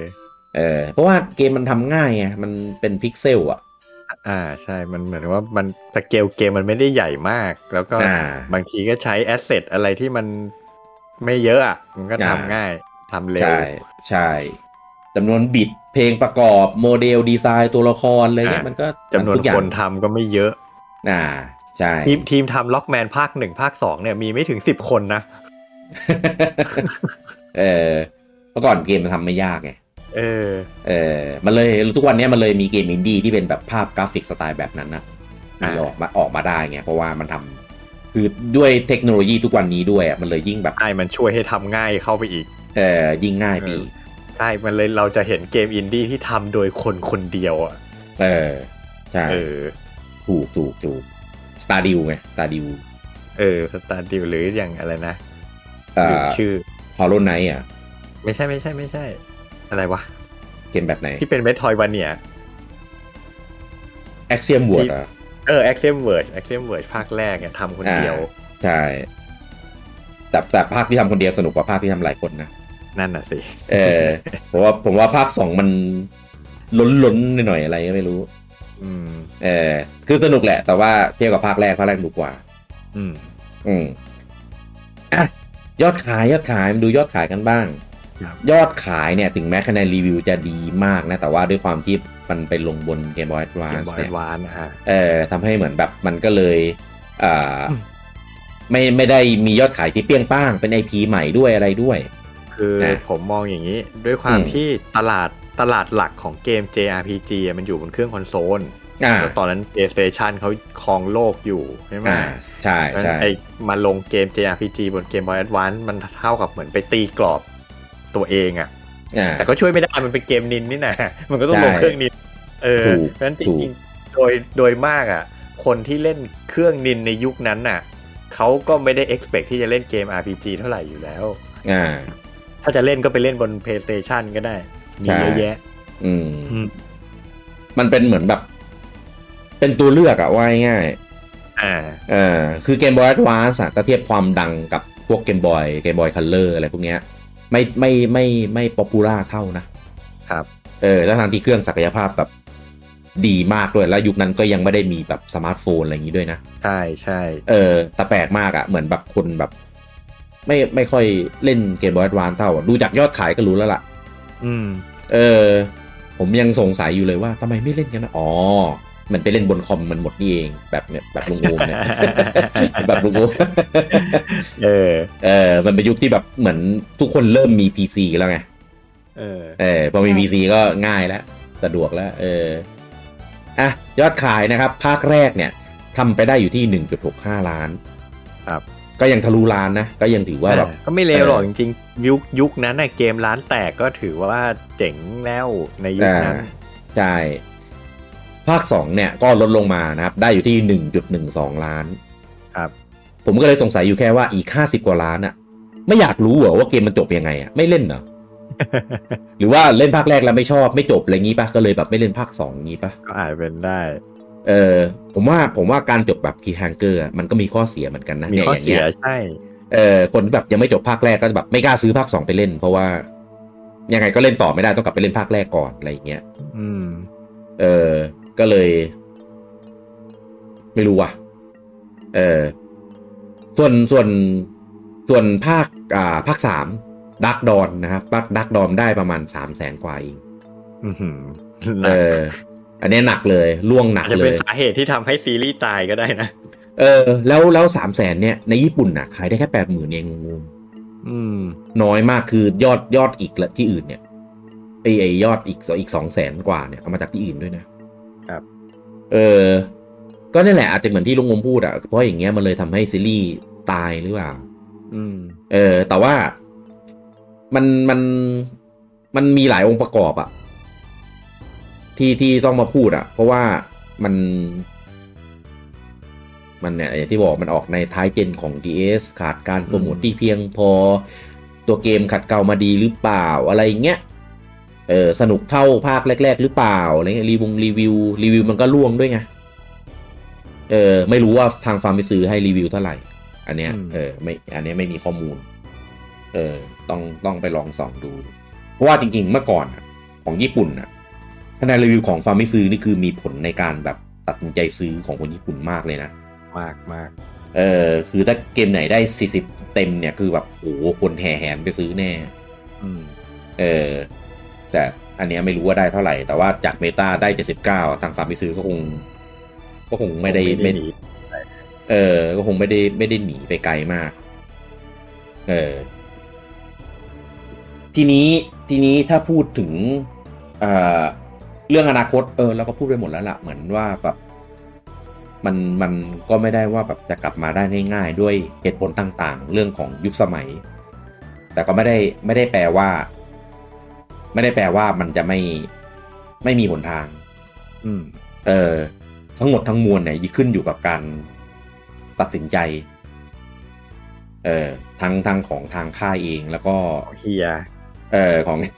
เออเพราะว่าเกมมันทำง่ายไงมันเป็นพิกเซลอะ
อ่าใช่ มันเหมือนว่ามันสเกลเกมมันไม่ได้ใหญ่มาก แล้วก็
อ่า
บางทีก็ใช้แอสเซทอะไรที่มันไม่เยอะอ่ะ มันก็
อ่า
ทำง่ายทำเร็ว
ใช่ใช่จำนวนบิดเพลงประกอบโมเดลดีไซน์ตัวละครอะไรเงี้ย
อ่ะ
มันก็
จำนวน
ทุกอย่า
ค
ง
นทำก็ไม่เยอะ
อ่าใช่
ทีมทีมทำล็อกแมนภาคหนึ่งภาคสองเนี่ยมีไม่ถึงสิบคนนะ
เออเมื่อก่อนเกมมันทำไม่ยากไง
เออ
เออมันเลยทุกวันเนี้ยมันเลยมีเกมอินดี้ที่เป็นแบบภาพกราฟิกสไตล์แบบนั้นนะ
อ่า
ที่ออกมาออกมาได้ไงเพราะว่ามันทำคือด้วยเทคโนโลยีทุกวันนี้ด้วยอ่ะมันเลยยิ่งแบบ
ไอ้มันช่วยให้ทำง่ายเข้าไปอีก
เออยิ่งง่ายไปอีก
ใช่ มันเลยเราจะเห็นเกมอินดี้ที่ทำโดยคนคนเดียวอ่ะ
เออใช่
เออ
ถูกถูกถูกสตาร์ดิวไงสตาร์ดิว
เออสตาร์ดิวหรืออย่างอะไรนะ
อ่
ลืมา ชื่อ
ฮอลโลไนอ่ะ
ไม่ใช่ไม่ใช่ไม่ใช่ อะไรวะ
เกมแบบไหน
ที่เป็นเมทอยวันเนี่ย
แอคเซียมวอร์ดอ่ะ
เออแอคเซมเวิร์ดแอคเซมเวิร์ดภาคแรกเนี่ยทำคนเดียว
อ่ ใช่แต่แต่ภาคที่ทำคนเดียวสนุกกว่าภาคที่ทำหลายคนนะ
นั่นน่ะสิ
เอ อผมว่าผมว่าภาคสองมันล้นล้นๆหน่อยๆอะไรก็ไม่รู้
อืม
เออคือสนุกแหละ แต่ว่าเทียบกับภาคแรก ภาคแรกดูกว่า
อืม
อืม อ่ะยอดขายยอดขายมาดูยอดขายกันบ้าง ยอดขายเนี่ย ถึงแม้คะแนนรีวิวจะดีมากนะ แต่ว่าด้วยความที่มันไปลงบนเกมบอยส์วา
เกม
น
บอย
เนี่ย
วานนะฮะ
เออทำให้เหมือนแบบมันก็เลยอ่ า
อืม
ไม่ไม่ได้มียอดขายที่เปรี้ยงป้าง เป็นไอพีใหม่ด้วยอะไรด้วย
คือ
นะ
ผมมองอย่างนี้ ด้วยความ
อืม
ที่ตลาดตลาดหลักของเกม JRPG อะมันอยู่บนเครื่องคอนโซล
อ่า
แล้วตอนนั้น PlayStation เขาครองโลกอยู่ใช่ไหม
อ่าใช่ใช่
ไอมาลงเกม JRPG บนเกมบอยแอดวานมันเท่ากับเหมือนไปตีกรอบตัวเองอะ
อ่า
แต่ก็ช่วยไม่ได้มันเป็นเกมนินนี่นะ มันก็ต้องลง
ใช่
เครื่องนิน เออ
ถูก
เพราะฉะนั้นจ
ถู
ริ
ก
งๆโดยโดยมากอ่ะ คนที่เล่นเครื่องนินในยุคนั้นน่ะเขาก็ไม่ได้ expect ที่จะเล่นเกม RPG เท่าไหร่อยู่แล้ว
อ่า
ถ้าจะเล่นก็ไปเล่นบน PlayStation ก็ได้ มีเยอะแยะ
อืม
อืม
มันเป็นเหมือนแบบ เป็นตัวเลือกอะว่าง่ายๆ
อ่า
เออคือเกมบอยแอดวานส์ถ้าเทียบความดังกับพวกเกมบอยเกมบอยคัลเลอร์อะไรพวกเนี้ยไม่ไม่ไม่ไม่ป๊อปปูล่าเท่านะครับ เออแล้วทางที่เครื่องศักยภาพแบบดีมากด้วย แล้วยุคนั้นก็ยังไม่ได้มีแบบสมาร์ทโฟนอะไรอย่างนี้ด้วยนะ
ใช่ใช่
เออแต่แปลกมากอะ่ะ เหมือนแบบคนแบบ ไม่ไม่ค่อยเล่นเกมบอยแอดวานเท่าอะดูจากยอดขายก็รู้แล้วล่ะ
อืม
เออ ผมยังสงสัยอยู่เลยว่าทำไมไม่เล่นกันนะอ๋อ มันไปเล่นบนคอมมันหมดนี่เองแบบเนี่ยแบบลุงโอมเนี่ย แบบลุงโอม
เออ
เออมันเป็นยุคที่แบบเหมือนทุกคนเริ่มมี PC แล้วไง
เออ
เออพอมี PC ก็ง่ายแล้ว สะดวกแล้ว เออ อ่ะ ยอดขายนะครับ ภาคแรกเนี่ยทำไปได้อยู่ที่ 1.65 ล้าน
ครับ
ก็ยังทะลุล้านนะ ก็ยังถือว่าแบบ
อ่ะก็ไม่เลวหรอก
เออ
จริงๆ ยุคยุคนั้นน่ะเกมร้านแตกก็ถือว่าเจ๋งแล้วในยุคนั้น
อ่าใช่ ภาค 2 เนี่ยก็ลดลงมานะครับ ได้อยู่ที่ 1.12 ล้าน
ครับ
ผมก็เลยสงสัยอยู่แค่ว่าอีก 50 กว่าล้านอะไม่อยากรู้เหรอว่าเกมมันจบยังไงอะไม่เล่นเหรอ หรือว่าเล่นภาคแรกแล้วไม่ชอบไม่จบอะไรงี้ปะก็เลยแบบไม่เล่นภาคสองงี้ปะ
ก็อาจเป็นได้
เออผมว่าผมว่าการจบแบบคีฮังเกอร์มันก็มีข้อเสียเหมือนกันนะ
มี
นี่
ข้อ
อย่าง
เสี
เงี้
ย
ย
ใช่
เออคนที่แบบยังไม่จบภาคแรกก็แบบไม่กล้าซื้อภาคสองไปเล่น เพราะว่ายังไงก็เล่นต่อไม่ได้ต้องกลับไปเล่นภาคแรกก่อนอะไรอย่างเงี้ย
อืม
เออ ก็เลย ไม่รู้ว่ะ เออ ส่วนส่วนส่วนภาคอ่าภาคสามดักดอนนะครับภาคดักดอนได้ประมาณสามแสนกว่าเอง
อือหือหนั
เอก อ อันนี้หนักเลยล่วงหนั
อา
ก
จจะ
เล
เป็น
ย
สาเหตุที่ทำให้ซีรีส์ตายก็ได้นะ
เออ แล้วแล้วสามแสนเนี่ยในญี่ปุ่นน่ะขายได้แค่แปดหมื่นเองงง
อืม
ๆน้อยมากคือยอดยอดอีกละที่อื่นเนี่ยไอไอยอดอีกอีกสองแสนกว่าเนี่ยเอามาจากที่อื่นด้วยนะครับ เออ ก็นั่นแหละอาจจะเหมือนที่ลุงงมพูดอะเพราะอย่างเงี้ยมันเลยทำให้ซีรีส์ตายหรือเปล่า
อืม
เออ แต่ว่ามันมันมันมีหลายองค์ประกอบอะที่ที่ต้องมาพูดอะเพราะว่ามัน มันเนี่ยอย่างที่บอกมันออกในท้ายเจนของ DS ขาดการโปรโมท
อืม
ที่เพียงพอตัวเกมขัดเกลามาดีหรือเปล่าอะไรอย่างเงี้ยเออสนุกเท่าภาคแรก ๆ หรือเปล่าอะไรเงี้ยรีวงรีวิว รีวิวมันก็ล่วงด้วยไงเออ ไม่รู้ว่าทางฟาร์มไปซื้อให้รีวิวเท่าไหร่ อันเนี้ย
อืม
เออไม่อันเนี้ยไม่มีข้อมูล เออ ต้องต้องไปลองส่องดู เพราะว่าจริงๆเมื่อก่อนอะของญี่ปุ่นอะคะแนนรีวิวของฟาร์มไปซื้อนี่คือมีผลในการแบบตัดสินใจซื้อของคนญี่ปุ่นมากเลยนะ
มากมาก
เออคือถ้าเกมไหนได้ 40 เต็มเนี่ยคือแบบโอ้โหคนแห่แหนไปซื้อแน่
อืม
เออแต่อันเนี้ยไม่รู้ว่าได้เท่าไหร่ แต่ว่าจากเมตาได้ 79 ทางฟาร์มไปซื้อก็คง ก็คงไม่ได้
ไม่
ไม่
ได้หนี
เออ ก็คงไม่ได้ไม่ได้หนีไปไกลมาก เออทีนี้ทีนี้ถ้าพูดถึงเอ่อเรื่องอนาคต เออเราก็พูดไปหมดแล้วละเหมือนว่าแบบมันมันก็ไม่ได้ว่าแบบจะกลับมาได้ง่ายๆ ด้วยเหตุผลต่างๆ เรื่องของยุคสมัย แต่ก็ไม่ได้ไม่ได้แปลว่า ไม่ได้แปลว่ามันจะไม่ไม่มีหนทาง
อืม
เออทั้งหมดทั้งมวลเนี่ยขึ้นอยู่กับการตัดสินใจ เออทั้งทางของทางค่ายเองแล้วก็
เฮีย
เออของ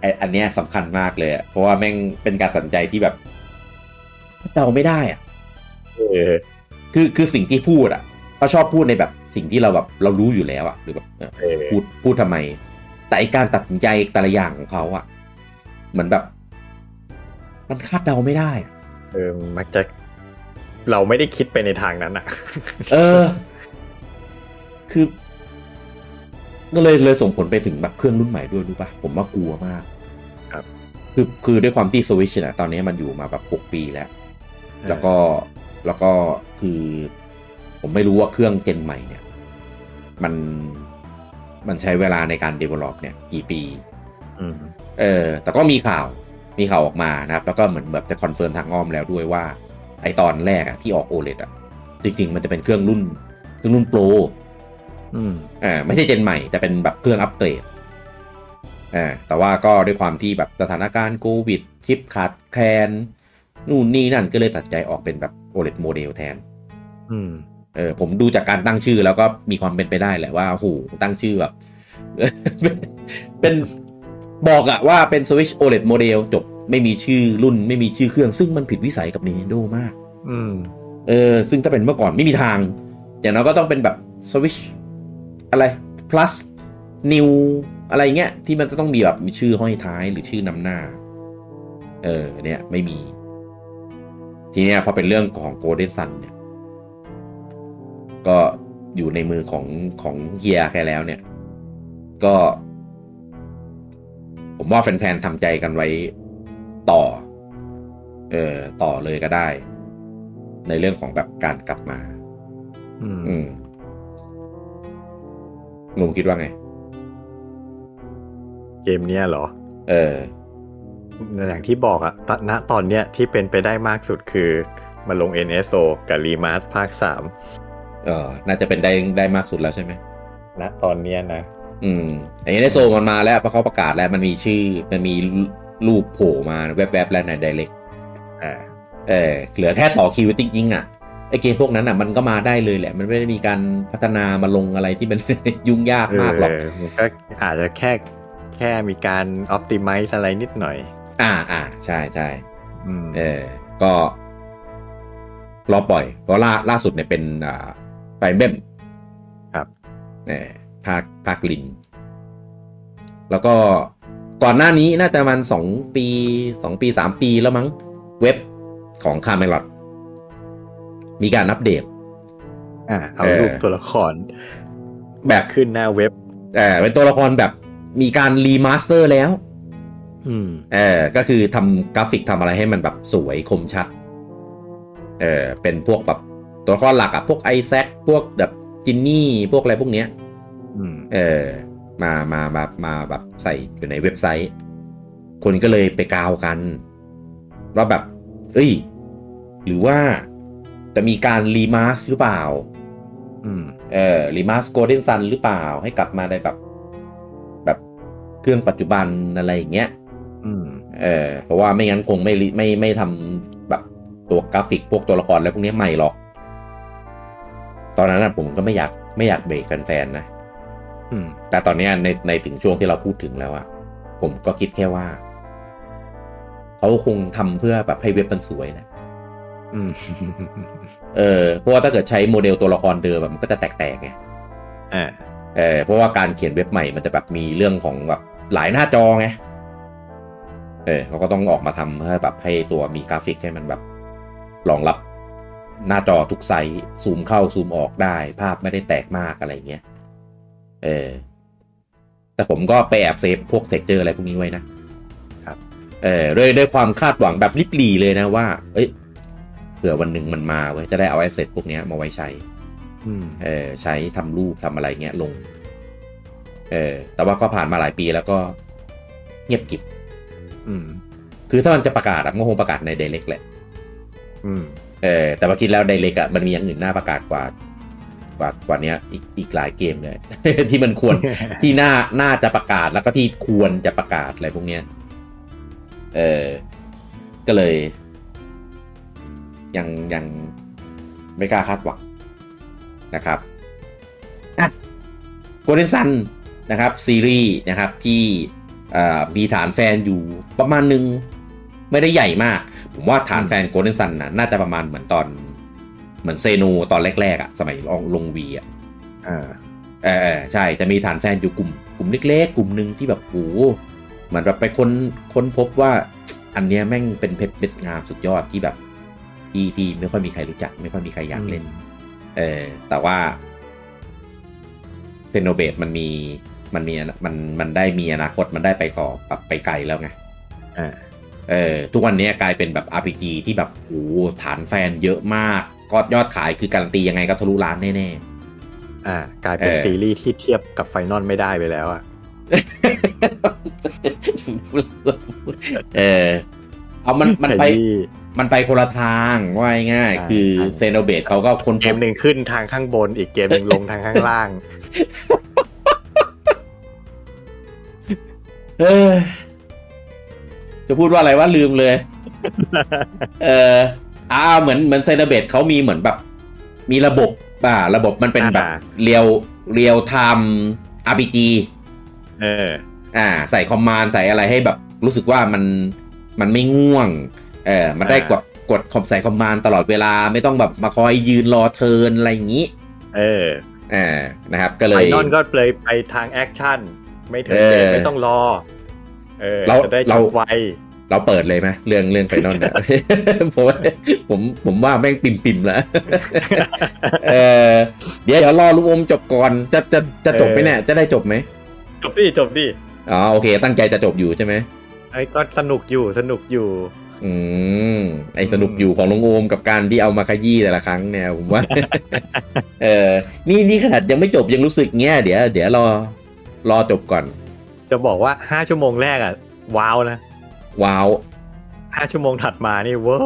ไอ้อันเนี้ยสำคัญมากเลยอะเพราะว่าแม่งเป็นการตัดสินใจที่แบบเดาไม่ได้อะ
เออ
คือคือสิ่งที่พูดอะเขาชอบพูดในแบบสิ่งที่เราแบบเรารู้อยู่แล้วอะหรือแบบเออ
เออ
พูดพูดทำไม แต่ไอการตัดสินใจแต่ละอย่างของเขาอะเหมือนแบบ มันคาดเดาไม่ได้อะ
เออ มักจะ เราไม่ได้คิดไปในทางนั้นอ่ะ
เออ คือ ก็เลยเลยส่งผลไปถึงแบบเครื่องรุ่นใหม่ด้วยรู้ปะผมว่ากลัวมาก
ครับ
คือคือด้วยความที่สวิชนะตอนนี้มันอยู่มาแบบ 6 ปีแล้ว แล้วก็แล้วก็คือ ผมไม่รู้ว่าเครื่องเจนใหม่เนี่ย มันมันใช้เวลาในการ develop เนี่ย กี่ปี
อืม
เออ แต่ก็มีข่าว มีข่าวออกมานะครับ แล้วก็เหมือนแบบจะคอนเฟิร์มทางอ้อมแล้วด้วยว่า ไอตอนแรกอะที่ออก OLED อะจริง ๆ มันจะเป็นเครื่องรุ่น เครื่องรุ่นโปร
อืม
อ่าไม่ใช่เจนใหม่ แต่เป็นแบบเครื่องอัปเกรดอ่าแต่ว่าก็ด้วยความที่แบบสถานการณ์โควิด ชิปขาดแคลน นู่นนี่นั่นก็เลยตัดใจออกเป็นแบบ OLED โมเดลแทน
อืม
เออผมดูจากการตั้งชื่อแล้วก็มีความเป็นไปได้แหละว่าโอ้โหตั้งชื่อแบบ เป็นบอกอะว่าเป็น Switch OLED โมเดลจบไม่มีชื่อรุ่นไม่มีชื่อเครื่อง ซึ่งมันผิดวิสัยกับ Nintendo มาก
อืม
เออ ซึ่งถ้าเป็นเมื่อก่อนไม่มีทาง อย่างน้อยก็ต้องเป็นแบบ Switch อะไร plus new อะไรเงี้ย ที่มันจะต้องมีแบบมีชื่อห้อยท้ายหรือชื่อนำหน้า เออ เนี่ยไม่มี ทีเนี้ยพอเป็นเรื่องของ Golden Sun เนี่ย ก็อยู่ในมือของของเฮียแค่แล้วเนี่ย ก็ ผมว่าแฟนๆทำใจกันไว้ต่อ เออต่อเลยก็ได้ ในเรื่องของแบบการกลับมา
อืม
อืมลุงคิดว่าไง
เกมเนี้ยเหรอ
เออ
อย่างที่บอกอะตณตอนเนี้ยที่เป็นไปได้มากสุดคือ มาลง NSO กับรีมาสภาคสาม
เออ น่าจะเป็นได้ได้มากสุดแล้วใช่ไหม
ณตอนเนี้ยนะ
อืมอันนี้ในโซนมันมาแล้วเพราะเขาประกาศแล้วมันมีชื่อ มันมีรูปโผล่มาแวบๆแล้วในไดเรก
อ่า
เออ เหลือแค่ต่อคิวจริงๆอ่ะ ไอเกมพวกนั้นอ่ะมันก็มาได้เลยแหละ มันไม่ได้มีการพัฒนามาลงอะไรที่มัน ยุ่งยากมากหรอก
เมันก็อาจจะแค่แค่มีการออ t ติ i z e อะไรนิดหน่อย
อ่าอ่าใช่ใช่
อืม
เออ ก็รอปล่อยเพราะล่าล่าสุดเนี่ยเป็นอ่าไฟเบม
ครับ
เออภาคภาคลิง แล้วก็ก่อนหน้านี้น่าจะประมันสองปีสองปีสามปีแล้วมั้งเว็บของคาเมลอดมีการอัปเดต
อ่าเอา
เออ
รูปตัวละคร
แบบ
ขึ้นหน้าเว็บ
เออเป็นตัวละครแบบมีการรีมาสเตอร์แล้ว
อืม
เออก็คือทำกราฟิกทำอะไรให้มันแบบสวยคมชัด เออเป็นพวกแบบตัวละครหลักอะพวกไอแซคพวกแบบจินนี่ พวกอะไรพวกเนี้ย
อืม
เออมามามามาแบบใส่อยู่ในเว็บไซต์ คนก็เลยไปกาวกันว่าแบบ เอ้ย หรือว่าจะมีการรีมาสหรือเปล่า
อืม
เออรีมาสโกลเด้นซันหรือเปล่า ให้กลับมาในแบบ แบบเครื่องปัจจุบันอะไรอย่างเงี้ย
อืม
เออเพราะว่าไม่งั้นคงไม่ลิไม่ไม่ทำแบบตัวกราฟิกพวกตัวละครอะไรพวกนี้ใหม่หรอก ตอนนั้นนะผมก็ไม่อยากไม่อยากเบรกแฟนๆนะ
อืม
แต่ตอนเนี้ยในในถึงช่วงที่เราพูดถึงแล้วอะผมก็คิดแค่ว่า เขาคงทำเพื่อแบบให้เว็บมันสวยนะ
อืม
เออเพราะว่าถ้าเกิดใช้โมเดลตัวละครเดิมแบบมันก็จะแตกๆไง
อ่า
เออเพราะว่าการเขียนเว็บใหม่มันจะแบบมีเรื่องของแบบหลายหน้าจอไง เออเขาก็ต้องออกมาทำเพื่อแบบให้ตัวมีกราฟิกให้มันแบบรองรับหน้าจอทุกไซส์ซูมเข้าซูมออกได้ ภาพไม่ได้แตกมากอะไรเงี้ย เออ แต่ผมก็ไปแอบเซฟพวกเท็กเจอร์อะไรพวกนี้ไว้นะครับ เออด้วยด้วยความคาดหวังแบบลิบหลีเลยนะว่า เอ้ยเผื่อวันหนึ่งมันมาเว้ยจะได้เอาแอสเซทพวกเนี้ยมาไว้ใช้
อืม
เออใช้ทำรูปทำอะไรเงี้ยลง เออแต่ว่าก็ผ่านมาหลายปีแล้วก็เงียบกริบ
อืม
คือถ้ามันจะประกาศอะมันก็คงประกาศใน i ดเ c กแหละ
อืม
เออแต่ว่าคิดแล้ว i ดเ c กอะมันมีอย่างอื่นน่าประกาศกว่า กว่ากว่าเนี้ยอีกอีกหลายเกมเลย ที่มันควร ที่น่าน่าจะประกาศแล้วก็ที่ควรจะประกาศอะไรพวกเนี้ย เออก็เลย ยังยังไม่กล้าคาดหวังนะครับอ่ะโกลเด้นซันนะครับ ซีรีส์นะครับที่เอ่อมีฐานแฟนอยู่ประมาณหนึ่งไม่ได้ใหญ่มาก ผมว่าฐานแฟนโกลเด้นซันน่ะน่าจะประมาณเหมือนตอนเหมือนเซโนตอนแรกๆอะสมัยลองลงวีอะ
อ่า
เออเออใช่จะมีฐานแฟนอยู่กลุ่มกลุ่มเล็กๆ กลุ่มหนึ่งที่แบบโอ้โหเหมือนแบบไปค้นค้นพบว่า อันเนี้ยแม่งเป็นเพชรเม็ดงามสุดยอดที่แบบดีดีไม่ค่อยมีใครรู้จัก ไม่ค่อยมีใครอยากเล่น เออแต่ว่าเซโนเบตมันมีมันมีมันมันได้มีอนาคตมันได้ไปต่อแบบไปไกลแล้วไง
อ่า
เออทุกวันนี้กลายเป็นแบบ RPG ที่แบบโอ้โหฐานแฟนเยอะมากก็ยอดขายคือการันตียังไงก็ทะลุล้านแน่ๆ
อ่า กลายเป็น
เออ
ซีรีส์ที่เทียบกับไฟนอลไม่ได้ไปแล้วอ่ะ
เออเอามันมันไป
ซีรีส์
มันไปคนละทางว่าง่าย
ใช่
ๆคือ
ใช่
เซโนเบตเขาก็คน
เกมหนึ่งขึ้นทางข้างบน อีกเกมหนึ่งลงทางข้างล่าง
เออ จะพูดว่าอะไรว่าลืม เลย เอออ่าเหมือนเหมือนเซโนเบตเขามีเหมือนแบบ มีระบบอ่า ระบบมันเป็นแบบ
อ่า
เรียวเรียวไทม์อาร์พีจี
เออ
อ่า ใส่คอมมานด์ใส่อะไรให้แบบ รู้สึกว่ามันมันไม่ง่วง เออมันได้กดกดคอมใส่คอมมานด์ตลอดเวลาไม่ต้องแบบมาคอยยืนรอเทิร์นอะไรอย่างนี้
เออ
อ่านะครับ ก็เล
ไฟ
ย
นอลก็เลยไปทางแอคชั่น ไม่ถึง
เออ
เกมไม่ต้องรอ เออ
เรา
จะได้
เรา
จับไว
เราเปิดเลยไหมเรื่องเรื่องไฟนอลเนี่ย ผมว่าผมผมว่าแม่งปิ่มปิ่มๆแล้ว เออเดี๋ยวเดี๋ยวรอลุงอมจบก่อน จะจะจะจบไหม
เออ
เนี่ยจะได้จบไหม
จบดิจบดิ
อ๋อโอเค ตั้งใจจะจบอยู่ใช่ไหม
ไอ้ก็สนุกอยู่สนุกอยู่
อืมไอสนุกอยู่ของลุงโอมกับการที่เอามาขยี้แต่ละครั้งเนี่ยผม ว่า เออนี่นี่ขนาดยังไม่จบยังรู้สึกเงี้ยเดี๋ยวเดี๋ยวรอรอจบก่อน
จะบอกว่าห้าชั่วโมงแรกอ่ะ ว้าวนะ
ว้าว
ห้าชั่วโมงถัดมานี่เว้อ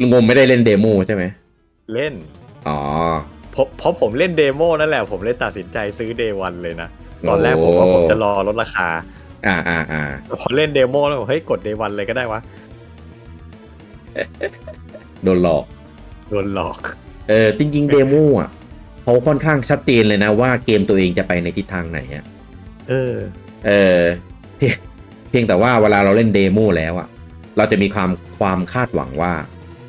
ลุงอมไม่ได้เล่นเดโมใช่ไหม
เล่น
อ๋อ
เพราะเพราะผมเล่นเดโมนั่นแหละ ผมเลยตัดสินใจซื้อเดวันเลยนะ ตอนแรกผมว่าผมจะรอลดราคา
อ่าอ่าอ่า
พอเล่นเดโมแล้วผมเฮ้ยกดเดวันเลยก็ได้วะ
โดนหลอก
โดนหลอก
เออจริง ๆ เดโมอ่ะเขาค่อนข้างชัดเจนเลยนะว่าเกมตัวเองจะไปในทิศทางไหนอะ
เออ
เออ เพียงเพียงแต่ว่าเวลาเราเล่นเดโมแล้วอ่ะ เราจะมีความความคาดหวังว่า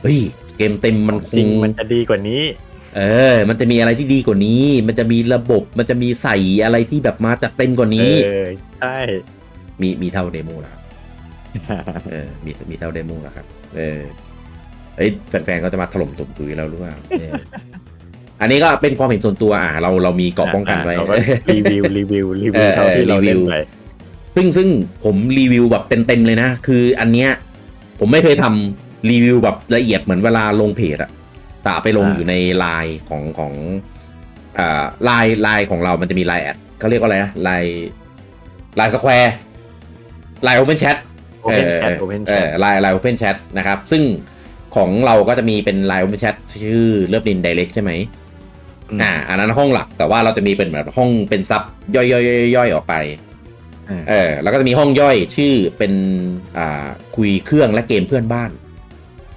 เฮ้ยเกมเต็มมันค
จริง
ง
มันจะดีกว่านี้
เออ มันจะมีอะไรที่ดีกว่านี้ มันจะมีระบบ มันจะมีใส่อะไรที่แบบมาจัดเต็มกว่า
เอ
นี้
อ ใช่
มีมีเท่าเดโมแล้วครับเออ มีมีเท่าเดโมแล้วครับ เออเอ้ยแฟนๆก็จะมาถล่มตุ่มตุยแล้วหรือเปล่าเอ ออันนี้ก็เป็นความเห็นส่วนตัวอ่ะเราเรามีเกราะป้องกันไว้
อ่ะเรารี วิว รีวิว รีวิว
เออ
เท่าที่เรา
รีวิ
เล่น
ว
ไป
ซึ่งซึ่งผมรีวิวแบบเต็มๆเลยนะ คืออันเนี้ยผมไม่เคยทำรีวิวแบบละเอียดเหมือนเวลาลงเพจอะแต่ไปลงอยู่ในไลน์ของของอ่าไลน์ไลน์ของเรามันจะมีไลน์แอดเขาเรียกว่าอะไรนะไลน์ไลน์สแควร์ไลน์โอเพนแชท
โอเพนแชทโอเพนแชท
ไลน์ไลน์ Open Chat นะครับ ซึ่งของเราก็จะมีเป็นไลน์ Open Chat ชื่อเลิฟดิน Direct ใช่ไหมอ่าอันนั้นห้องหลักแต่ว่าเราจะมีเป็นแบบห้องเป็นซับย่อยๆย่อยๆออกไป เออแล้วก็จะมีห้องย่อยชื่อเป็นอ่าคุยเครื่องและเกมเพื่อนบ้าน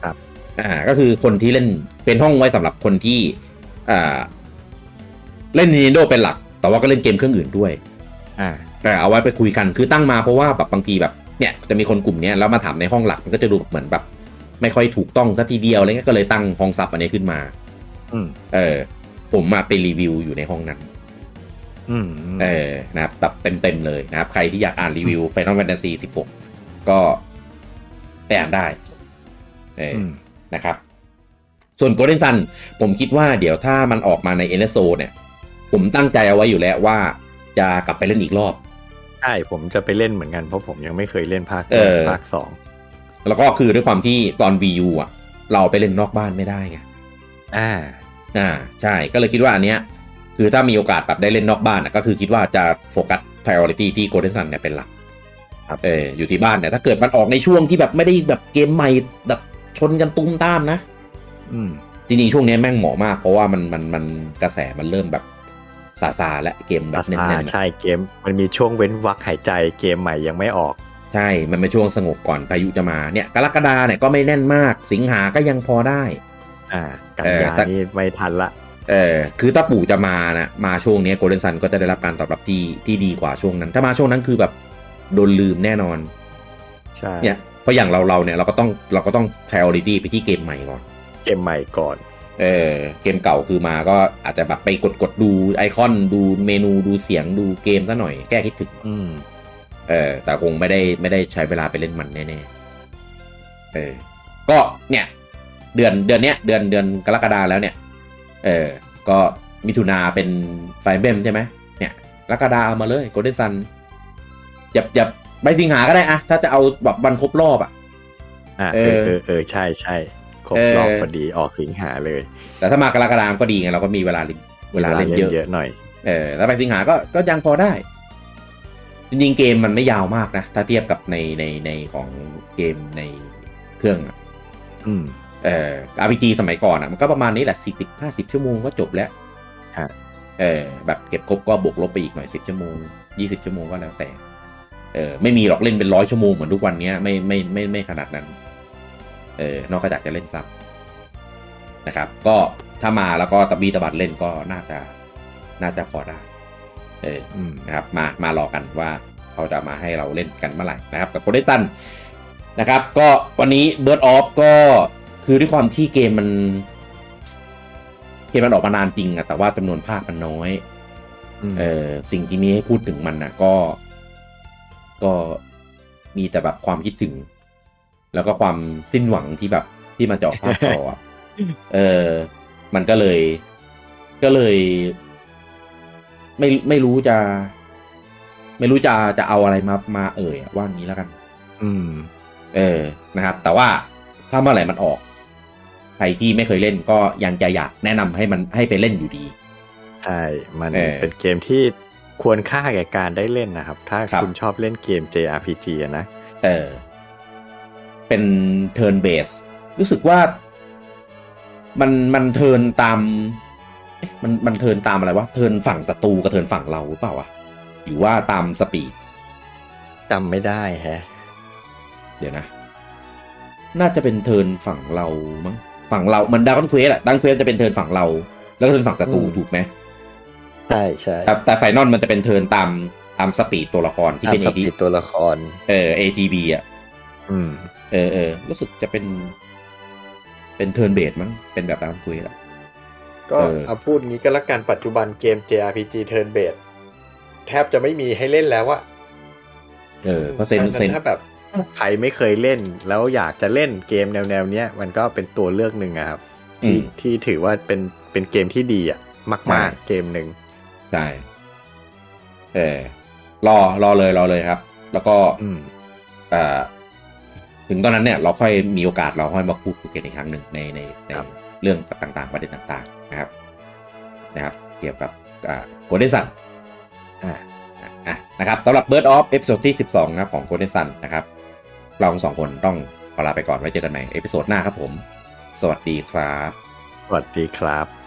ครับ
อ่าก็คือคนที่เล่นเป็นห้องไว้สำหรับคนที่อ่าเล่น Nintendo เป็นหลัก แต่ว่าก็เล่นเกมเครื่องอื่นด้วย
อ่า
แต่เอาไว้ไปคุยกันคือตั้งมาเพราะว่าแบบบางทีแบบเนี่ยจะมีคนกลุ่มเนี้ยแล้วมาถามในห้องหลักมันก็จะดูเหมือนแบบ ไม่ค่อยถูกต้องซะทีเดียวอะไรเงี้ยก็เลยตั้งห้องซับอันนี้ขึ้นมา
อืม
เออ ผมมาไปรีวิวอยู่ในห้องนั้น
อืม
เออนะครับแบบเต็มๆเลยนะครับ ใครที่อยากอ่านรีวิว Final Fantasy 16 ก็ไปอ่านได้เอออ
ม
นะครับ ส่วน Golden Sun ผมคิดว่าเดี๋ยวถ้ามันออกมาใน NSO เนี่ย ผมตั้งใจเอาไว้อยู่แล้วว่าจะกลับไปเล่นอีกรอบ
ใช่ ผมจะไปเล่นเหมือนกัน เพราะผมยังไม่เคยเล่นภาค
เออ
ภาคสอง
แล้วก็คือด้วยความที่ตอน VU อ่ะ เราไปเล่นนอกบ้านไม่ได้ไง
อ่า
อ่า ใช่ ก็เลยคิดว่าอันเนี้ย คือถ้ามีโอกาสแบบได้เล่นนอกบ้านอะก็คือคิดว่าจะโฟกัส priority ที่ Golden Sun เนี่ยเป็นหลัก
ครับ
เอออยู่ที่บ้านเนี่ย ถ้าเกิดมันออกในช่วงที่แบบไม่ได้แบบเกมใหม่แบบชนกันตุ้มตามนะ
อืม
จริงๆ ช่วงเนี้ยแม่งเหมาะมาก เพราะว่ามันมันมันกระแสมันเริ่มแบบซาซาและเกมแบบ
อ่
แน่นๆ
า
อะ
ใช่เกมมันมีช่วงเว้นวักหายใจเกมใหม่ยังไม่ออก
ใช่ มันเป็นช่วงสงบก่อนพายุจะมาเนี่ย กรกฎาเนี่ยก็ไม่แน่นมาก สิงหาก็ยังพอได้
อ่า กัน
เออย
า
แต่
นี่ไม่ทันละ
เออคือถ้าปู่จะมานะมาช่วงเนี้โกลเด้นซันก็จะได้รับการตอบรับที่ที่ดีกว่าช่วงนั้น ถ้ามาช่วงนั้นคือแบบโดนลืมแน่นอน
ใช่
เนี่ยเพราะอย่างเราเราเนี่ยเราก็ต้องเราก็ต้อง priority ไปที่เกมใหม่ก่อน
เกมใหม่ก่อน
เออเกมเก่าคือมาก็อาจจะแบบไปกดกดดูไอคอนดูเมนูดูเสียงดูเกมซะหน่อยแก้คิดถึง
อืม
เออแต่คงไม่ได้ไม่ได้ใช้เวลาไปเล่นมันแน่ๆเออก็เนี่ย เดือนเดือนเนี้ยเดือนเดือนกรกฎาแล้วเนี่ย เออก็มิถุนาเป็นไฟเบมใช่ไหมเนี่ยกรกฎาเอามาเลยโกลเด้นซันอย่าอย่าไปสิงหาก็ได้อะถ้าจะเอาแบบวันครบรอบอะ
อ่า
เอ
เอ
อ
อเออเออใช่ใช่ครบ
เออ
รอบพอดีออกสิงหาเลย
แต่ถ้ามากรกฎามก็ดีไงเราก็มีเวลาลิเวลาเล่นเยอะ
เยอะหน่อย
เออแล้วไปสิงหาก็ก็ยังพอได้ จริงๆเกมมันไม่ยาวมากนะ ถ้าเทียบกับในในในของเกมในเครื่องอะ
อืม
เอ่อ RPG สมัยก่อนอ่ะมันก็ประมาณนี้แหละ 40 50 ชั่วโมงก็จบแล้ว
ฮะ
เออแบบเก็บครบก็บวกลบไปอีกหน่อย 10 ชั่วโมง 20 ชั่วโมงก็แล้วแต่ เออไม่มีหรอกเล่นเป็นร้อยชั่วโมงเหมือนทุกวันเนี้ยไม่ไม่ไมไม่ไม่ขนาดนั้น เออนอกจากจะเล่นซับนะครับ ก็ถ้ามาแล้วก็ตะบีตะบัดเล่นก็น่าจะน่าจะพอได้ เออ
อืม
นะครับมามารอกันว่าเขาจะมาให้เราเล่นกันเมื่อไหร่นะครับกับโคเดตันนะครับ ก็วันนี้ Bird of ก็คือด้วยความที่เกมมัน เกมมันออกมานานจริงอะแต่ว่าจำนวนภาคมันน้อย
อืม
เออสิ่งที่มีให้พูดถึงมันนะก็ก็มีแต่แบบความคิดถึง แล้วก็ความสิ้นหวังที่แบบที่มันจะออกภาคต่ออะ เออมันก็เลย ก็เลย ไม่ไม่รู้จะ ไม่รู้จะจะเอาอะไรมามาเอ่ยอะว่างี้แล้วกัน
อืม
เออ นะครับ แต่ว่าถ้าเมื่อไหร่มันออก ใครที่ไม่เคยเล่นก็ยังจะอยากแนะนำให้มันให้ไปเล่นอยู่ดี
ใช่ มัน
เออ
เป็นเกมที่ควรค่าแก่การได้เล่นนะครับ ถ้า
ครับ
คุณชอบเล่นเกม JRPG อะนะ
เออ เป็นเทิร์นเบส รู้สึกว่ามันมันเทิร์นตามเอ๊ะมันมันเทิร์นตามอะไรวะ เทิร์นฝั่งศัตรูกับเทิร์นฝั่งเราหรือเปล่าวะหรือว่าตามสปีด
จำไม่ได้แฮะ
เดี๋ยวนะ น่าจะเป็นเทิร์นฝั่งเรามั้ง ฝั่งเรามันดาร์กเควสอะดาร์กเควสจะเป็นเทิร์นฝั่งเรา แล้วก็เทิร์นฝั่งศัตรู
อืม
ถูกไหม
ใช่ใช่
แต่แต่ไฟนอลมันจะเป็นเทิร์นตามตามสปีดตัวละครที่เป็น
ตามส
AD
ปีดตัวละคร
เออ ATB อ่ะ
อืม
เออเออรู้สึกจะเป็น เป็นเทิร์นเบสมั้งเป็นแบบดาร์กเควสอะ
ก็
เออ
เอาพูดงี้ก็แล้วกันปัจจุบันเกม JRPG turn based แทบจะไม่มีให้เล่นแล้วอะ
เออเพราะเซนเซน
ถ้าแบบใครไม่เคยเล่น แล้วอยากจะเล่นเกมแนวแนวๆเนี้ยมันก็เป็นตัวเลือกหนึ่งอะครับที่
อืม
ที่ถือว่าเป็นเป็นเกมที่ดีอะ
ใช่
มากๆเกมหนึ่ง
ใช่เออรอรอเลยรอเลยครับ แล้วก็
อืม
เอ่อถึงตอนนั้นเนี่ยเราค่อยมีโอกาสเราค่อยมาพูดคุยกันอีกครั้งหนึ่งในในใน
ครับ
เรื่องต่างๆ ประเด็นต่างๆนะครับ นะครับ เกี่ยวกับโกลเด้นซัน
อ่า
อ่ะนะครับสำหรับ Bird of เอพิโซดที่ 12 นะครับของโกลเด้นซันนะครับ เราสองคนต้องขอลาไปก่อนไว้เจอกันใหม่เอพิโซดหน้าครับผม สวัสดีครับ
สวัสดีครับ